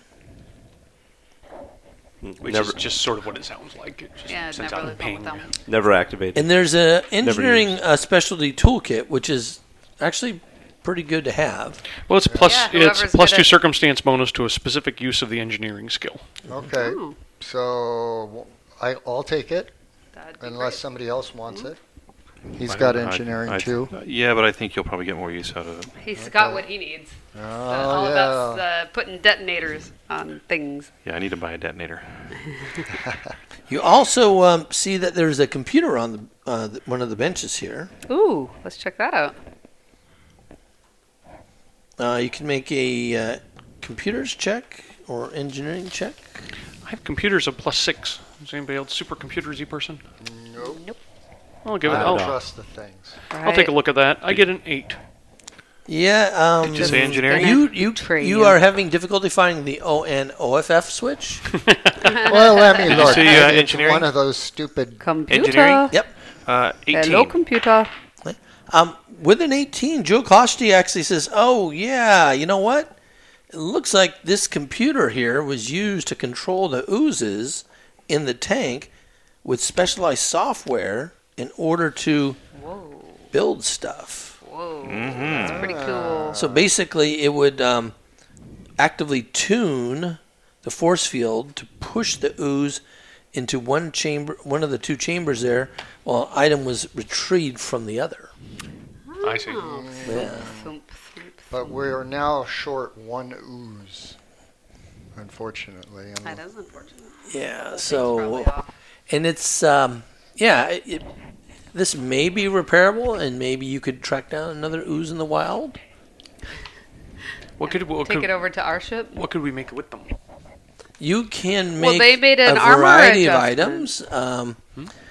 S7: Which
S5: Mm, never,
S7: is just sort of what it sounds like. It just
S6: Yeah,
S7: sends
S6: never
S7: out a
S6: really fun
S7: ping.
S6: with them.
S5: never activated.
S1: And there's a engineering
S5: used.
S1: uh, specialty toolkit, which is actually pretty good to have.
S7: Well, it's plus
S6: Yeah,
S7: it's
S6: whoever's
S7: plus
S6: good
S7: two
S6: at-
S7: circumstance bonus to a specific use of the engineering skill.
S4: Okay,
S6: Ooh,
S4: so I, I'll take it
S6: that'd be
S4: unless
S6: great.
S4: somebody else wants it. He's
S8: I
S4: got
S8: don't- I-
S4: engineering
S8: I- Uh,
S4: too.
S8: Yeah, but I think you'll probably get more use out of it.
S6: He's got what he needs.
S4: Oh,
S6: Uh, all about
S4: yeah.
S6: uh, putting detonators on things.
S8: Yeah, I need to buy a detonator.
S1: You also um, see that there's a computer on the, uh, the, one of the benches here.
S6: Ooh, let's check that out.
S1: Uh, you can make a uh, computers check or engineering check.
S7: I have computers of plus six. Is anybody else supercomputers-y person?
S4: Nope.
S7: I'll
S4: I
S7: give it.
S4: don't
S7: I'll,
S4: trust the things.
S7: I'll take a look at that. I get an eight.
S1: Yeah. Um,
S8: Did you say engineering?
S1: You you
S6: Betray
S1: you
S6: you.
S1: are having difficulty finding the O N O F F switch.
S4: well, let me
S8: you
S4: look.
S8: see, uh,
S4: Maybe it's
S8: engineering?
S4: One of those stupid.
S6: Computer.
S8: Engineering?
S1: yep.
S8: Uh, 18.
S6: Hello, computer.
S1: Um, with an 18, Joe Costi actually says, "Oh yeah, you know what? It looks like this computer here was used to control the oozes in the tank with specialized software in order to
S6: Whoa,
S1: build stuff."
S6: whoa.
S7: Mm-hmm.
S6: That's pretty
S4: Ah.
S6: cool.
S1: So basically, it would um, actively tune the force field to push the ooze into one chamber, one of the two chambers there, while item was retrieved from the other.
S7: I see.
S6: Oh,
S1: Yeah.
S6: thump, thump.
S4: But we're now short one ooze. unfortunately. I'm
S6: That is unfortunate.
S1: Yeah.
S6: Probably
S1: So,
S6: off.
S1: and it's um, yeah. It, it- this may be repairable, and maybe you could track down another ooze in the wild.
S7: What could what
S6: Take
S7: could,
S6: it over to our ship.
S7: what could we make with them?
S1: You can make
S6: Well, they made an
S1: a
S6: armor
S1: variety of
S6: adjustment.
S1: items. Um,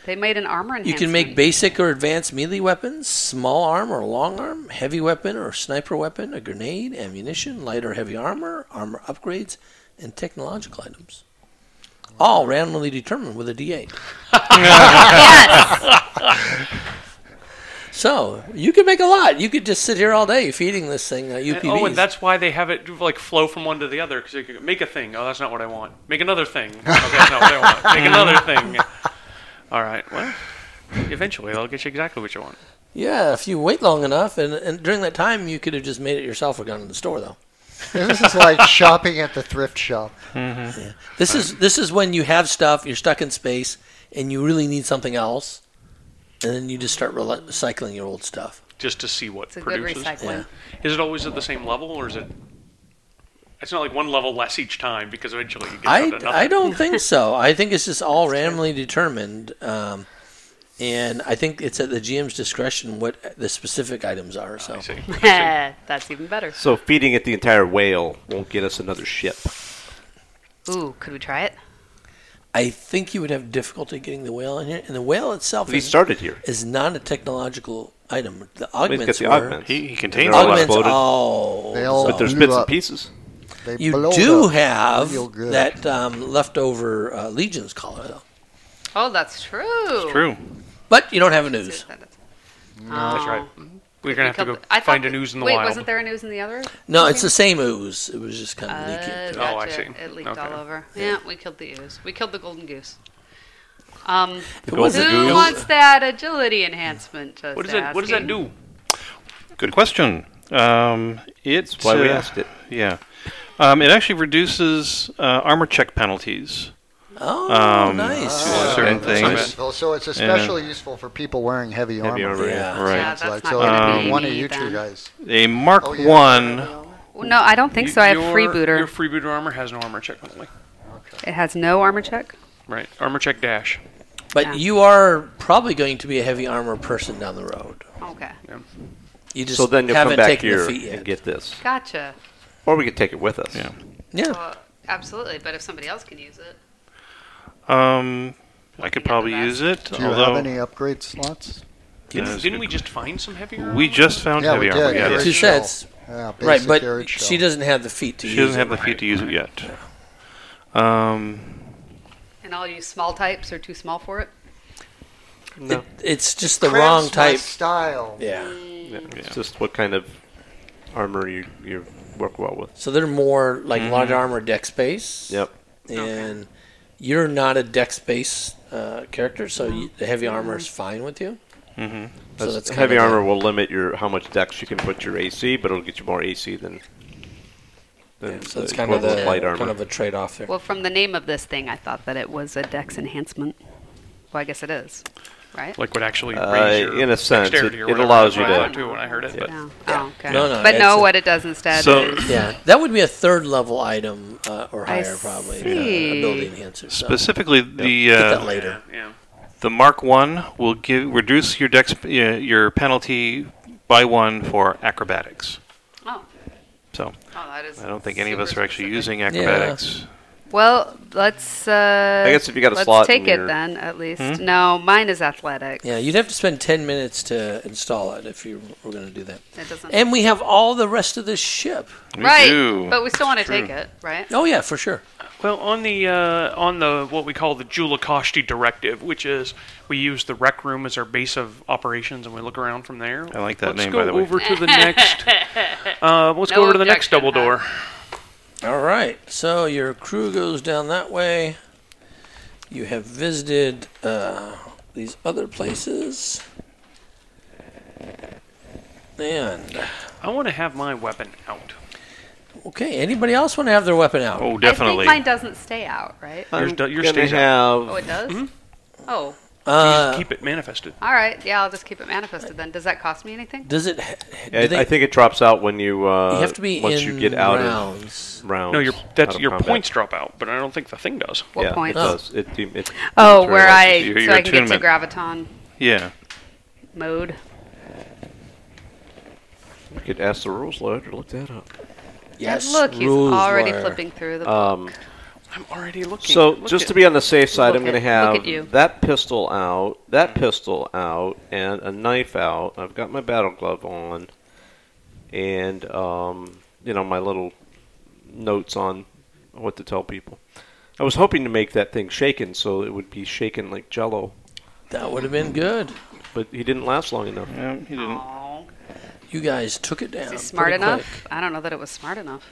S6: They made an armor
S1: you
S6: enhancement.
S1: can make basic or advanced melee weapons, small arm or long arm, heavy weapon or sniper weapon, a grenade, ammunition, light or heavy armor, armor upgrades, and technological items. All randomly determined with a D8.
S6: yes.
S1: So you could make a lot. You could just sit here all day feeding this thing uh, UPBs.
S7: And- oh, and that's why they have it like flow from one to the other because they could make a thing. Oh, that's not what I want. Make another thing. Oh, that's not what I want. Make another thing. All right. Well, eventually they'll get you exactly what you want.
S1: yeah, if you wait long enough, and, and during that time you could have just made it yourself or gone to the store though.
S4: This is like shopping at the thrift shop.
S1: This is this is when you have stuff, you're stuck in space, and you really need something else, and then you just start rela- recycling your old stuff.
S7: Just to see what
S6: It's a good
S7: produces.
S6: recycling.
S7: Is it always at the same level, or is it? It's not like one level less each time because eventually you get down
S1: I,
S7: to nothing.
S1: I don't think so. I think it's just all randomly determined, um, and I think it's at the GM's discretion what the specific items are. So
S7: I see.
S6: That's even better.
S5: So feeding it the entire whale won't get us another ship.
S6: Ooh, could we try it?
S1: I think you would have difficulty getting the whale in here, and the whale itself
S5: We
S1: is,
S5: started here.
S1: is not a technological item. The
S5: We
S1: augments
S5: get the
S1: were.
S5: augments.
S8: He, he
S5: They're
S8: contains
S5: all
S8: a lot.
S1: Augments,
S5: exploded.
S1: oh,
S4: They all-
S5: But there's
S4: Blew
S5: bits
S4: up.
S5: and pieces.
S4: They
S1: You
S4: blowed
S1: do
S4: up
S1: have
S4: real good.
S1: that um, leftover uh, Legion's collar, though.
S6: Oh, that's true. That's
S8: True.
S1: But you don't have a news.
S7: That's right. We're gonna have to go
S6: Um, I thought
S7: find a
S6: that-
S7: news in the
S6: wait,
S7: wild.
S6: wasn't there a news in the other?
S1: No, it's the same ooze. It was just kind of
S6: Uh,
S1: leaking.
S6: gotcha.
S7: Oh, I see.
S6: It leaked
S7: Okay.
S6: all over. Yeah, we killed the ooze. We killed the golden goose. Um,
S1: It was
S6: who wants that agility enhancement? Just
S7: What does that? What does that
S6: asking?
S7: do?
S8: Good question. Um, it's
S5: That's why we
S8: uh,
S5: asked it.
S8: Yeah. Um, it actually reduces uh, armor check penalties.
S1: Oh,
S8: Um,
S1: nice.
S8: to certain
S4: that's
S8: things.
S4: Well, so it's especially useful for people wearing heavy,
S5: Heavy
S4: armor.
S5: armor.
S1: Yeah.
S8: Right.
S6: Yeah,
S4: It's
S6: that's
S4: like,
S6: not
S4: so
S6: gonna be
S4: one of
S6: me
S4: you two
S6: then.
S4: guys.
S8: A Mark
S4: Oh, yeah.
S8: One.
S6: No, I don't think so. I have
S7: Your-
S6: freebooter.
S7: Your freebooter armor has no armor check only.
S6: It has no armor check.
S7: Right. Armor check dash.
S1: But you are probably going to be a heavy armor person down the road.
S6: Okay,
S1: You just
S5: So then you'll
S1: haven't
S5: come back
S1: taken
S5: here
S1: the feat yet.
S5: and get this,
S6: gotcha.
S5: or we could take it with us.
S8: Yeah.
S1: yeah.
S6: Well, absolutely. But if somebody else can use it,
S8: Um, I could probably
S6: Yeah,
S8: use it.
S4: Do you
S8: although
S4: have any upgrade slots?
S8: Yeah,
S7: Didn't,
S8: that's
S7: didn't
S8: good.
S7: we just find some heavy armor?
S8: we just found
S4: Yeah,
S8: heavy
S4: we
S8: armor.
S4: did.
S8: Yeah.
S4: Yeah.
S1: Two
S4: shell.
S1: sets.
S4: Yeah,
S1: Right,
S4: basic
S1: but
S4: arid
S1: she
S4: shell.
S1: doesn't have the feet to
S8: She
S1: use
S8: doesn't have
S1: it.
S8: the feet to use it yet. Um,
S6: and all you small types are too small for it.
S5: No,
S1: It- it's just the
S4: Cramps
S1: wrong
S4: my
S1: type.
S4: style.
S1: Yeah.
S5: yeah, it's just what kind of armor you you work well with.
S1: So they're more like large armor deck space.
S5: Mm-hmm. Yep.
S1: and you're not a dex based uh, character, so you, the heavy
S6: Mm-hmm.
S1: armor is fine with you. Mm-hmm. So that's
S5: That's-
S1: kind
S5: heavy
S1: of a-
S5: armor will limit your how much dex you can put your AC, but it'll get you more AC than than
S1: So it's
S5: the
S1: kind of
S5: equivalent
S1: the
S5: light armor.
S1: kind of a trade off there.
S6: Well, from the name of this thing, I thought that it was a dex enhancement. Well, I guess it is, right?
S7: like would actually
S5: Uh,
S7: raise your
S5: in a sense,
S7: dexterity
S5: it-
S7: or
S5: it
S7: whatever.
S5: allows you
S7: That's what I
S5: to-
S7: thought too when I heard it. But
S6: No. Oh, okay.
S1: No, no,
S6: but
S1: it's
S6: no,
S1: a-
S6: what it does instead
S8: So-
S6: is
S1: yeah, that would be a third level item uh, or
S6: I
S1: higher, probably
S6: see.
S1: Uh, ability enhancer. So
S8: specifically, the
S1: get that
S8: uh,
S1: later.
S7: yeah.
S8: the Mark One will give reduce your dex uh, your penalty by one for acrobatics.
S6: Oh.
S8: So
S6: Oh, that is
S8: I don't think any of us
S6: super
S8: are actually
S6: specific.
S8: using acrobatics.
S6: Well, let's. Uh,
S5: I guess if you got a
S6: let's
S5: slot
S6: take
S5: in
S6: it
S5: your-
S6: then. At least
S8: Hmm?
S6: no, mine is athletic.
S1: Yeah, you'd have to spend ten minutes to install it if you were going to do that.
S6: It doesn't.
S1: And we have all the rest of this ship.
S8: We
S6: right,
S8: do.
S6: but we still want to
S8: True.
S6: take it, right?
S1: Oh yeah, for sure.
S7: Well, on the uh, on the what we call the Julakashti directive, which is we use the rec room as our base of operations, and we look around from there.
S8: I like that
S7: let's
S8: name,
S7: go
S8: by the way.
S7: over to the next. Uh, let's go
S6: No
S7: over to the next double
S6: objection,
S7: door.
S1: All right. So your crew goes down that way. You have visited uh, these other places. And
S7: I want to have my weapon out.
S1: okay, anybody else want to have their weapon out?
S8: Oh,
S6: I think
S8: definitely.
S6: mine doesn't stay out, right?
S7: Yours do- yours
S5: gonna
S8: Mm-hmm.
S7: stays out.
S5: have
S6: Oh, it does. Oh,
S7: Just
S1: Uh,
S7: keep it manifested.
S6: All right. Yeah, I'll just keep it manifested then. Does that cost me anything?
S1: does it? ha-
S2: I,
S1: do they,
S2: I think it drops out when you, uh,
S1: you have to be
S2: once
S1: in
S2: you get out
S1: rounds.
S2: of rounds.
S7: No, your
S2: out
S7: that's
S2: of
S7: your
S2: combat.
S7: points drop out, but I don't think the thing does.
S6: What
S2: yeah,
S6: points?
S2: It does. It, it, it
S6: Oh, where I
S2: materializes.
S8: your-
S6: so
S8: your
S6: I can get to
S8: attunement.
S6: graviton
S8: Yeah.
S6: mode.
S2: You could ask the rules lawyer to look that up.
S1: yes.
S6: look, he's
S1: rules
S6: already
S1: lawyer.
S6: flipping through
S8: Uh,
S6: the.
S2: Um,
S7: I'm already looking.
S5: So
S7: Look
S5: just
S7: at-
S5: to be on the safe side,
S6: Look
S5: I'm going to
S6: at- look at
S5: have
S6: you.
S5: that pistol out, that pistol out, and a knife out. I've got my battle glove on, and um, you know my little notes on what to tell people. I was hoping to make that thing shaken so it would be shaken like Jello,
S1: That would have been good.
S5: but he didn't last long enough.
S8: Yeah, he didn't.
S6: Aw.
S1: You guys took it down.
S6: Is he smart
S1: pretty
S6: enough?
S1: quick.
S6: I don't know that it was smart enough.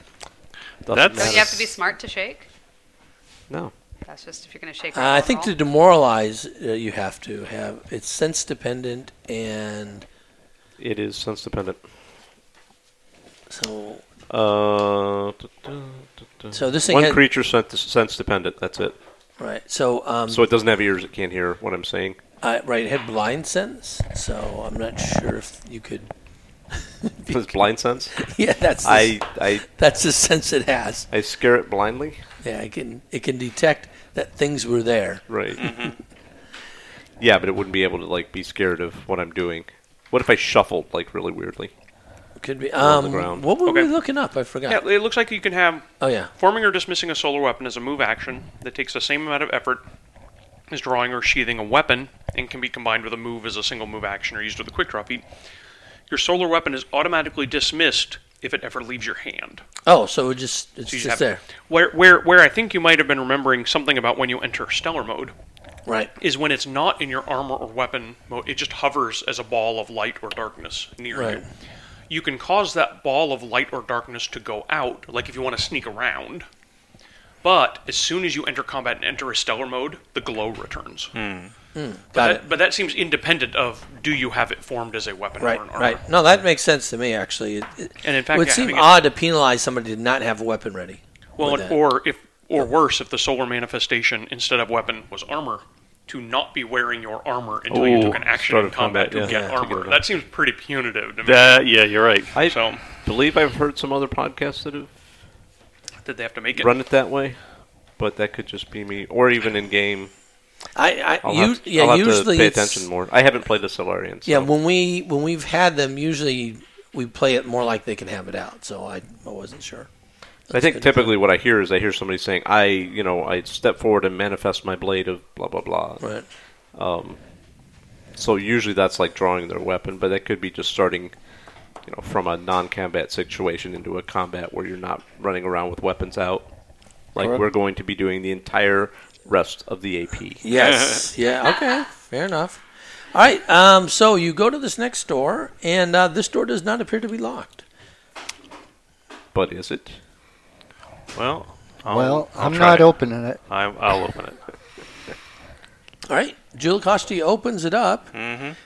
S5: Doesn't
S8: That's-
S6: Don't
S5: matter.
S6: you have to be smart to shake?
S5: No.
S6: That's just if you're going to shake.
S1: Uh,
S6: or
S1: I
S6: roll,
S1: think
S6: roll.
S1: to demoralize, uh, you have to have it's sense dependent, and
S5: It is sense dependent.
S1: so
S5: Uh, da- da- da- da.
S1: So this thing
S5: one
S1: had-
S5: creature sense, sense dependent. That's it.
S1: right. So um,
S5: So it doesn't have ears; it can't hear what I'm saying.
S1: I, right, it had blind sense. So I'm not sure if you could.
S5: It's blind sense.
S1: Yeah, that's the,
S5: I, I,
S1: that's the sense it has.
S5: I scare it blindly.
S1: Yeah, it can it can detect that things were there.
S5: Right. yeah, but it wouldn't be able to like be scared of what I'm doing. What if I shuffled like really weirdly?
S1: Could be.
S5: On the
S1: Um,
S5: ground.
S1: what were we
S7: Okay.
S1: looking up? I forgot.
S7: yeah, it looks like you can have
S1: Oh yeah,
S7: forming or dismissing a solar weapon is a move action that takes the same amount of effort as drawing or sheathing a weapon and can be combined with a move as a single move action or used with a quick draw feat. Your solar weapon is automatically dismissed if it ever leaves your hand.
S1: Oh, so it just it's
S7: So you
S1: just
S7: just
S1: there,
S7: have where where where I think you might have been remembering something about when you enter stellar mode
S1: right?
S7: is when it's not in your armor or weapon mode. It just hovers as a ball of light or darkness near
S1: Right.
S7: you. You can cause that ball of light or darkness to go out, like if you want to sneak around. But as soon as you enter combat and enter a stellar mode, the glow returns.
S1: Hmm. Got
S7: that, But that seems independent of do you have it formed as a weapon
S1: it. Right,
S7: or an armor.
S1: right. No, that makes sense to me actually. It, it
S7: And in fact,
S1: would
S7: yeah, I
S1: seem
S7: think it's-
S1: odd to penalize somebody to not have a weapon ready.
S7: Well,
S1: with
S7: and-
S1: that.
S7: or if, or worse, if the solar manifestation instead of weapon was armor, to not be wearing your armor until you
S8: Ooh,
S7: took an action
S5: start
S7: in
S5: of
S7: combat,
S5: combat,
S7: to
S5: yeah.
S7: get
S1: Yeah,
S7: armor.
S5: together.
S7: That seems pretty punitive to me.
S8: That, yeah, you're right.
S5: I
S7: so
S5: believe I've heard some other podcasts that have
S7: did they have to make it?
S5: run it that way, but that could just be me, or even in game.
S1: I, I
S5: I'll,
S1: you,
S5: have, to,
S1: yeah,
S5: I'll have to
S1: usually
S5: pay
S1: it's-
S5: attention more. I haven't played the Solarians.
S1: Yeah,
S5: so-
S1: when we when we've had them, usually we play it more like they can have it out. So I, I wasn't sure.
S5: I think
S1: good.
S5: typically what I hear is I hear somebody saying, "I, you know, I step forward and manifest my blade of blah blah blah."
S1: Right.
S5: So usually that's like drawing their weapon, but that could be just starting, you know, from a non-combat situation into a combat where you're not running around with weapons out. Like
S4: Correct.
S5: we're going to be doing the entire rest of the AP.
S1: Yes. yeah. Okay. Fair enough. All right. Um, so you go to this next door, and uh, this door does not appear to be locked.
S5: But is it?
S8: Well, I'll,
S4: well,
S8: I'll
S4: I'm
S8: try
S4: not
S8: it.
S4: opening it.
S8: I, I'll open it.
S1: All right. Jill Costi opens it up.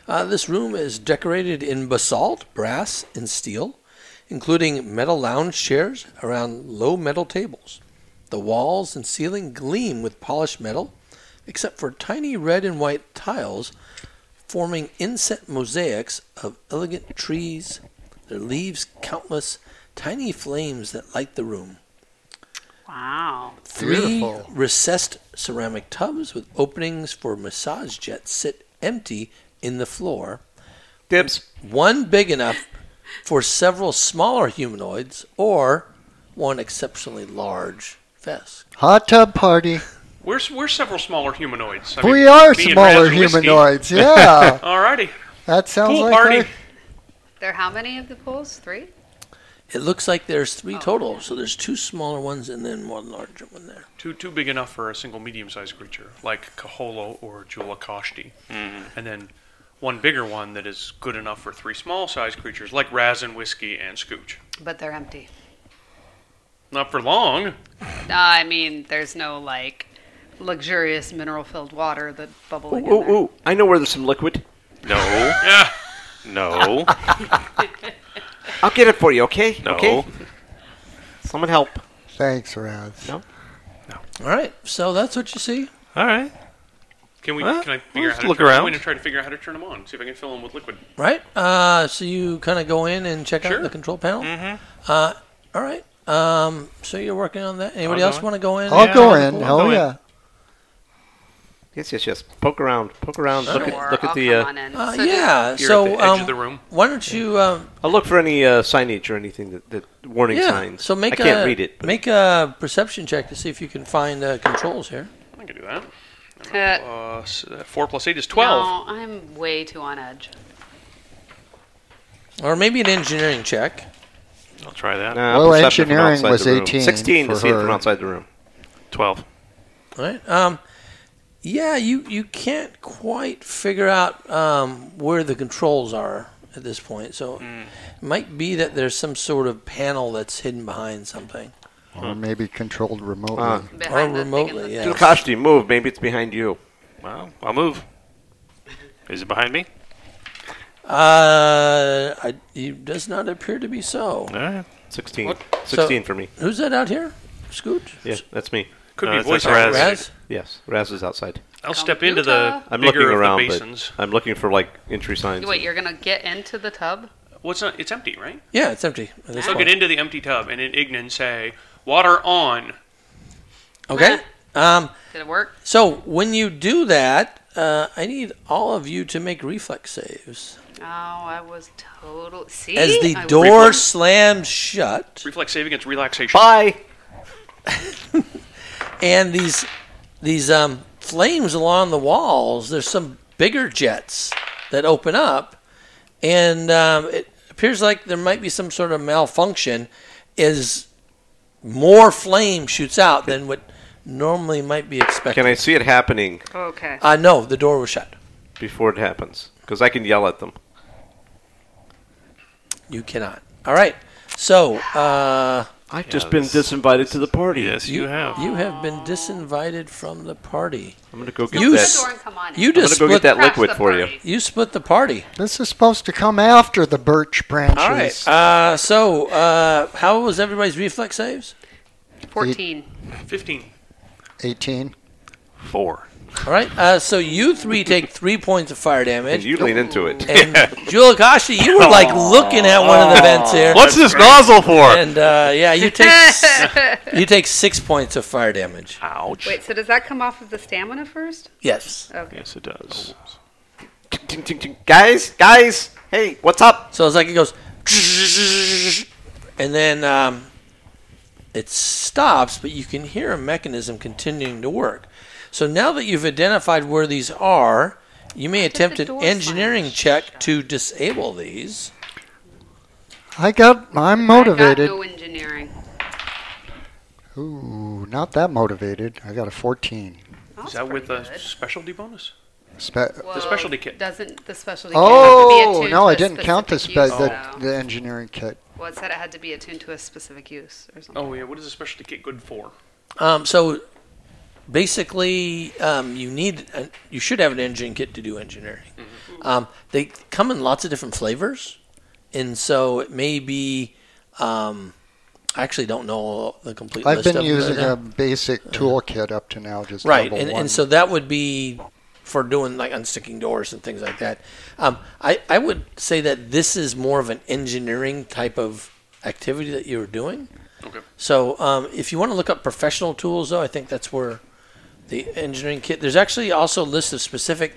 S1: Uh, this room is decorated in basalt, brass, and steel, including metal lounge chairs around low metal tables. The walls and ceiling gleam with polished metal, except for tiny red and white tiles forming inset mosaics of elegant trees, their leaves countless, tiny flames that light the room.
S6: Wow.
S1: Three
S4: Beautiful.
S1: recessed ceramic tubs with openings for massage jets sit empty in the floor,
S5: Dibs.
S1: one big enough for several smaller humanoids or one exceptionally large Vesk.
S4: Hot tub party.
S7: We're, s- we're several smaller humanoids. I
S4: we
S7: mean,
S4: are
S7: me and
S4: smaller
S7: Raz and Whiskey.
S4: humanoids. Yeah,
S7: Alrighty.
S4: that sounds
S7: Pool
S4: like
S7: party.
S4: our-
S6: There are how many of the pools? Three.
S1: It looks like there's three
S6: Oh,
S1: total, so there's two smaller ones and then one larger one there.
S7: Too, too big enough for a single medium sized creature, like Kaholo or Julakoshti. And then one bigger one that is good enough for three small sized creatures, like Raz and Whiskey and Scooch.
S6: But they're empty.
S7: Not for long.
S6: No, Uh, I mean, there's no like luxurious mineral filled water that
S5: Ooh,
S6: bubbling in
S5: ooh,
S6: there.
S5: ooh. I know where there's some liquid.
S8: No,
S7: Yeah.
S8: no,
S5: I'll get it for you, okay?
S8: no.
S5: Okay? Someone help.
S4: Thanks, Raz.
S1: All right, so that's what you see.
S8: All right.
S7: Can we?
S3: Huh?
S7: Can I figure
S3: Let's
S7: out how to
S3: look
S7: turn
S3: around.
S7: I'm going to try to figure out how to turn them on. See if I can fill them with liquid.
S1: Right. Uh, so you kind of go in and check out
S7: Sure.
S1: the control panel. Mm-hmm. Uh, all right. Um, so you're working on that. Anybody
S3: I'll
S1: else
S3: go in.
S1: want to go in?
S4: I'll
S3: Yeah,
S4: go
S3: I'll-
S4: in.
S3: I'll
S4: Hell
S3: go in.
S4: yeah.
S5: Yes, yes, yes. Poke around, poke around. Look
S6: Sure,
S5: at look
S6: I'll
S5: at the.
S6: come
S5: Uh,
S6: on in.
S1: Uh,
S6: So
S1: yeah.
S7: You're
S1: so
S7: at the edge
S1: um,
S7: of the room.
S1: why don't you um,
S5: I'll look for any uh, signage or anything that, that warning
S1: yeah.
S5: signs.
S1: So make
S5: I can't
S1: a
S5: read it.
S1: make a perception check to see if you can find uh, controls here.
S7: I can do that.
S6: just- Uh,
S7: Plus, uh, four plus eight is twelve.
S6: No, I'm way too on edge.
S1: Or maybe an engineering check.
S3: I'll try that.
S5: Nah,
S4: Well,
S5: Uh, perception from
S4: engineering
S5: outside
S4: was
S5: the room.
S4: 18
S5: Sixteen to
S4: for
S5: see it from
S4: her.
S5: outside the room.
S3: 12.
S1: Right. Um, yeah. You you can't quite figure out um, where the controls are at this point. So
S7: Mm.
S1: it might be that there's some sort of panel that's hidden behind something.
S4: Or maybe controlled remotely.
S5: Uh,
S6: Behind the thing
S1: remotely,
S6: in the-
S1: yeah.
S5: Yes. Koshti, move. Maybe it's behind you.
S3: Well, I'll move. Is it behind me?
S1: Uh, I, it does not appear to be so.
S3: All right.
S5: Sixteen.
S7: What?
S5: Sixteen for me.
S1: Who's that out here? Scoot?
S5: Yeah, that's me.
S7: Could
S3: No,
S7: be
S3: it's
S7: voice
S3: like Raz.
S7: activated.
S1: Raz?
S5: Yes, Raz is outside.
S7: I'll step into the
S6: Computer.
S5: I'm
S7: bigger
S5: looking
S7: of
S5: around,
S7: the
S5: but
S7: basins.
S5: I'm looking for like entry signs.
S6: Wait, you're gonna get into the tub?
S7: Well, it's not. It's empty, right?
S1: Yeah, it's empty. at this
S7: So
S1: point.
S7: get into the empty tub and in Ignan say, "Water on."
S1: Okay. Um,
S6: Did it work?
S1: so when you do that, uh, I need all of you to make reflex saves.
S6: Oh, I was total. See,
S1: As the
S6: Eh, I was-
S1: door slams shut
S7: Reflex save against relaxation.
S5: Bye.
S1: and these these um, flames along the walls, there's some bigger jets that open up, and um, it appears like there might be some sort of malfunction. Is more flame shoots out than what normally might be expected.
S5: Can I see it happening
S6: Okay.
S1: Uh, no, the door was shut.
S5: before it happens? Because I can yell at them.
S1: You cannot. All right. So uh,
S5: I've
S3: Yeah,
S5: just been
S3: this-
S5: disinvited to the party.
S3: Yes, you, have.
S1: you have been disinvited from the party.
S5: I'm gonna go
S6: Go
S5: get
S1: You
S6: to
S1: s-
S6: the door
S5: that.
S6: and come on in.
S1: You
S5: I'm gonna
S1: just
S5: go
S1: split
S5: get that
S6: Crash the
S5: liquid for you.
S6: party.
S1: You split the party.
S4: This is supposed to come after the birch branches.
S1: All right. Uh, so uh, how was everybody's reflex saves?
S6: Fourteen.
S7: Fifteen.
S4: 18.
S3: Four.
S1: All right. Uh, so you three take three points of fire
S5: And
S1: damage.
S5: you lean into it.
S1: And Julikashi, you were like looking at one of the vents here.
S3: What's this nozzle for?
S1: And uh, yeah, you take s- you take six points of fire damage.
S3: Ouch.
S6: Wait, so does that come off of the stamina first?
S1: Yes.
S6: Okay.
S3: Yes, it does.
S5: Ting, ting, ting. Guys, guys, hey, what's up?
S1: So it's like it goes, and then um, it stops, but you can hear a mechanism continuing to work. So now that you've identified where these are, you may attempt
S6: the
S1: an
S6: door
S1: engineering
S6: sign?
S1: check to disable these.
S4: I got. I'm
S6: I
S4: motivated.
S6: got no engineering.
S4: Ooh, not that motivated. I got a 14.
S7: Is that with a specialty bonus?
S4: Spe-
S6: Well,
S7: specialty kit.
S6: Doesn't the specialty kit have to be
S4: oh
S6: attuned
S4: no,
S6: to
S4: I
S6: a
S4: didn't count the, spe-
S6: specific use,
S4: the
S6: though?
S4: the engineering kit.
S6: Well, it said it had to be attuned to a specific use or something.
S7: Oh yeah. What is a specialty kit good for?
S1: Um, so basically, um, you need an, you should have an engine kit to do engineering. Um, they come in lots of different flavors, and so it may be. Um, I actually don't know the complete.
S4: I've
S1: list
S4: been
S1: of them uh,
S4: using
S1: right now.
S4: a basic toolkit up to now, just
S1: right,
S4: level
S1: and,
S4: one.
S1: and so that would be for doing like unsticking doors and things like that. Um, I I would say that this is more of an engineering type of activity that you're doing.
S7: Okay.
S1: So um, if you want to look up professional tools, though, I think that's where the engineering kit. There's actually also a list of specific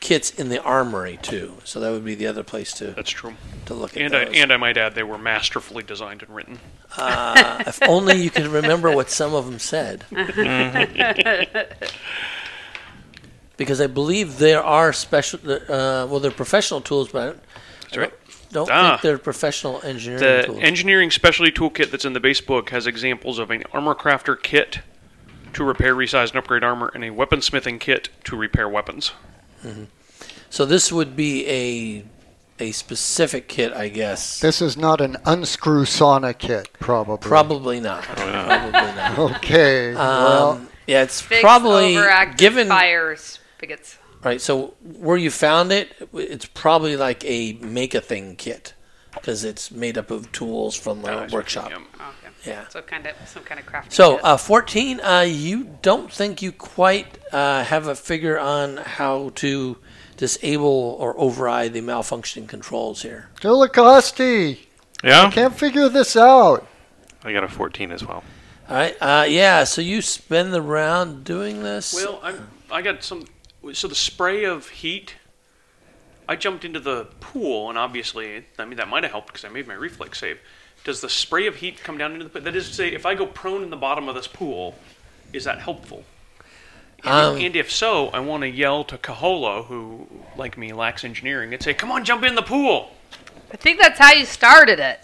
S1: kits in the armory too. So that would be the other place to,
S7: That's true.
S1: to look at
S7: And I
S1: those.
S7: and I might add they were masterfully designed and written.
S1: if only you could remember what some of them said. because I believe there are special. Uh, well, they're professional tools, but I don't, I
S7: right.
S1: don't
S7: Ah.
S1: think they're professional engineering
S7: The
S1: tools.
S7: engineering specialty toolkit that's in the base book has examples of an armor crafter kit to repair, resize, and upgrade armor, and a weaponsmithing kit to repair weapons.
S1: so this would be a a specific kit, I guess.
S4: this is not an unscrew sauna kit, probably.
S1: Probably not. Probably not.
S4: Okay. well,
S1: Um, yeah, it's
S6: Fix
S1: probably
S6: overactive
S1: given
S6: fire spigots.
S1: right. So where you found it, it's probably like a make a thing kit because it's made up of tools from the
S7: Uh,
S1: workshop.
S7: yeah.
S6: Oh, Okay.
S1: Yeah.
S6: So kind of some kind of crafting.
S1: So
S6: test.
S1: uh, 14, uh, you don't think you quite uh, have a figure on how to disable or override the malfunctioning controls here.
S4: Dolicosti, I
S8: Yeah?
S4: can't figure this out.
S8: I got a 14 as well.
S1: All right. Uh, yeah. So you spend the round doing this.
S7: Well, I'm, I got some. So the spray of heat. I jumped into the pool, and obviously, I mean that might have helped because I made my reflex save. Does the spray of heat come down into the pool? That is to say, if I go prone in the bottom of this pool, is that helpful? And,
S1: Um,
S7: and if so, I want to yell to Kaholo, who, like me, lacks engineering, and say, "Come on, jump in the pool!"
S6: I think that's how you started it.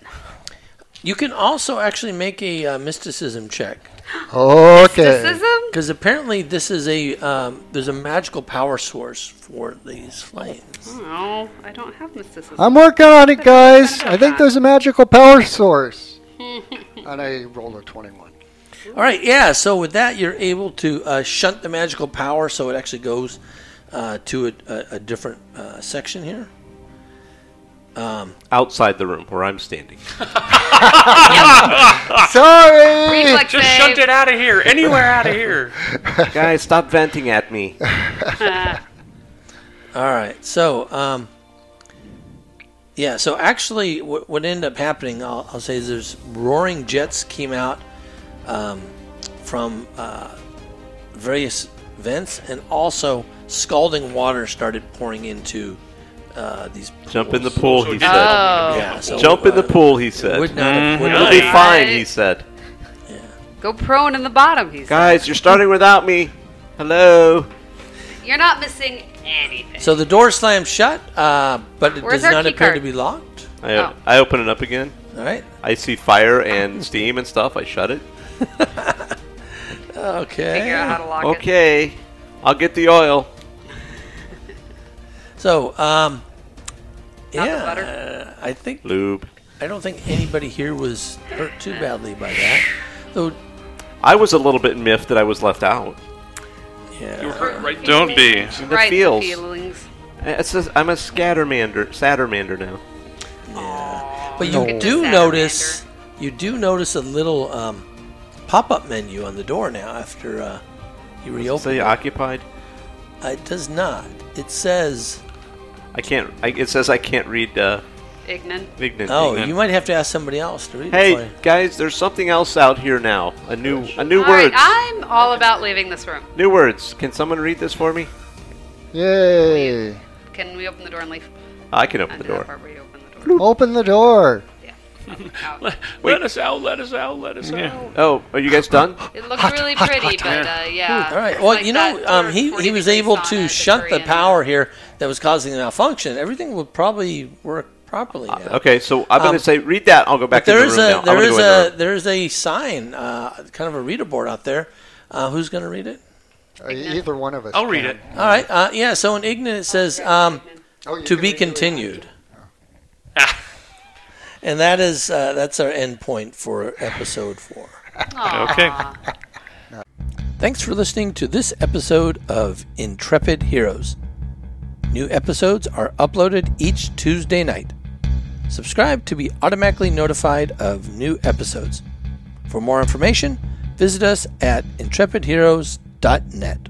S1: you can also actually make a uh, mysticism check
S4: Okay.
S6: Mysticism?
S1: because apparently this is a um, there's a magical power source for these flames.
S6: No, I don't have mysticism.
S4: I'm working on it, guys. I think there's a magical power source. and I rolled a 21.
S1: All right. Yeah. So with that, you're able to uh, shunt the magical power, so it actually goes uh, to a, a, a different uh, section here.
S5: Outside the room where I'm standing.
S4: Sorry!
S6: Reflex
S7: Just
S6: save.
S7: shunt it out of here, anywhere out of here.
S5: Guys, stop venting at me.
S1: All right. So, um, yeah. So actually, what, what ended up happening, I'll, I'll say, is there's roaring jets came out um, from uh, various vents, and also scalding water started pouring into uh, these.
S5: Jump in the
S1: pools.
S5: pool, he said.
S6: Oh,
S1: Yeah. So,
S5: Jump in the Mm-hmm.
S1: uh,
S5: pool, he said.
S1: Would not have- would
S5: It'll
S1: not
S5: be
S1: have-
S5: fine, he said.
S6: go prone in the bottom. He's
S5: Guys, you're starting without me. Hello.
S6: you're not missing anything.
S1: So the door slams shut, uh, but it
S6: Where's
S1: does
S6: our
S1: not
S6: key
S1: appear to
S6: card?
S1: be locked.
S5: I,
S6: Oh.
S5: I open it up again.
S1: All right.
S5: I see fire and steam and stuff. I shut it.
S6: Figure out
S1: Okay.
S6: how to lock it.
S5: Okay. I'll get the oil.
S1: So, um,
S6: Not the
S1: yeah,
S6: butter?
S1: uh, I think
S5: Lube.
S1: I don't think anybody here was hurt too badly by that. Though,
S5: I was a little bit miffed that I was left out.
S1: yeah.
S7: You were hurt right
S8: Don't be.
S5: The
S6: right
S5: feels.
S6: feelings.
S5: Eh, It's just, I'm a scattermander, sattermander now.
S1: But you
S6: Look at
S1: do
S6: the
S1: notice you do notice a little um, pop-up menu on the door now after uh, you reopen.
S5: Say
S1: It.
S5: occupied.
S1: Uh, it does not. It says,
S5: I can't. I, it says I can't read uh,
S6: Ignan.
S5: Vignan.
S1: "Oh, you might have to ask somebody else to read." it for
S5: Hey
S1: you.
S5: guys, there's something else out here now. A new, a new
S6: All right,
S5: words.
S6: I'm all about leaving this room.
S5: New words. Can someone read this for me?
S4: Yay!
S6: Can we open the door and leave?
S5: I can open
S6: I
S5: the
S6: do that
S5: door.
S6: part where you open the door.
S4: Open the door.
S6: Out.
S7: Let us out! Let us out! Let us out!
S5: Oh, are you guys done?
S6: It looks really pretty, but uh, yeah.
S1: All right.
S6: it's
S1: Well,
S6: like
S1: you
S6: that
S1: know, um,
S6: sort of
S1: he
S6: 40
S1: he was
S6: degree
S1: able
S6: sauna
S1: to
S6: at
S1: shunt
S6: very
S1: the
S6: end.
S1: power here that was causing the malfunction. Everything would probably work properly now.
S5: Uh, Okay, so I'm
S1: Um,
S5: gonna say read that. I'll go back to the
S1: There
S5: room
S1: is
S5: now.
S1: a
S5: I'm
S1: there
S5: gonna
S1: is
S5: go in the room.
S1: a there is a sign, uh, kind of a reader board out there. Uh, who's going to read it?
S4: Uh, Either one of us.
S7: I'll read
S4: can.
S7: it.
S1: All right. Uh, yeah. So in ignorant it says um,
S4: Oh, you
S1: to
S4: can
S1: be
S4: read it.
S1: continued, and that is uh, that's our end point for episode four.
S6: Aw.
S8: Okay.
S1: Thanks for listening to this episode of Intrepid Heroes. New episodes are uploaded each Tuesday night. Subscribe to be automatically notified of new episodes. For more information, visit us at intrepidheroes.net.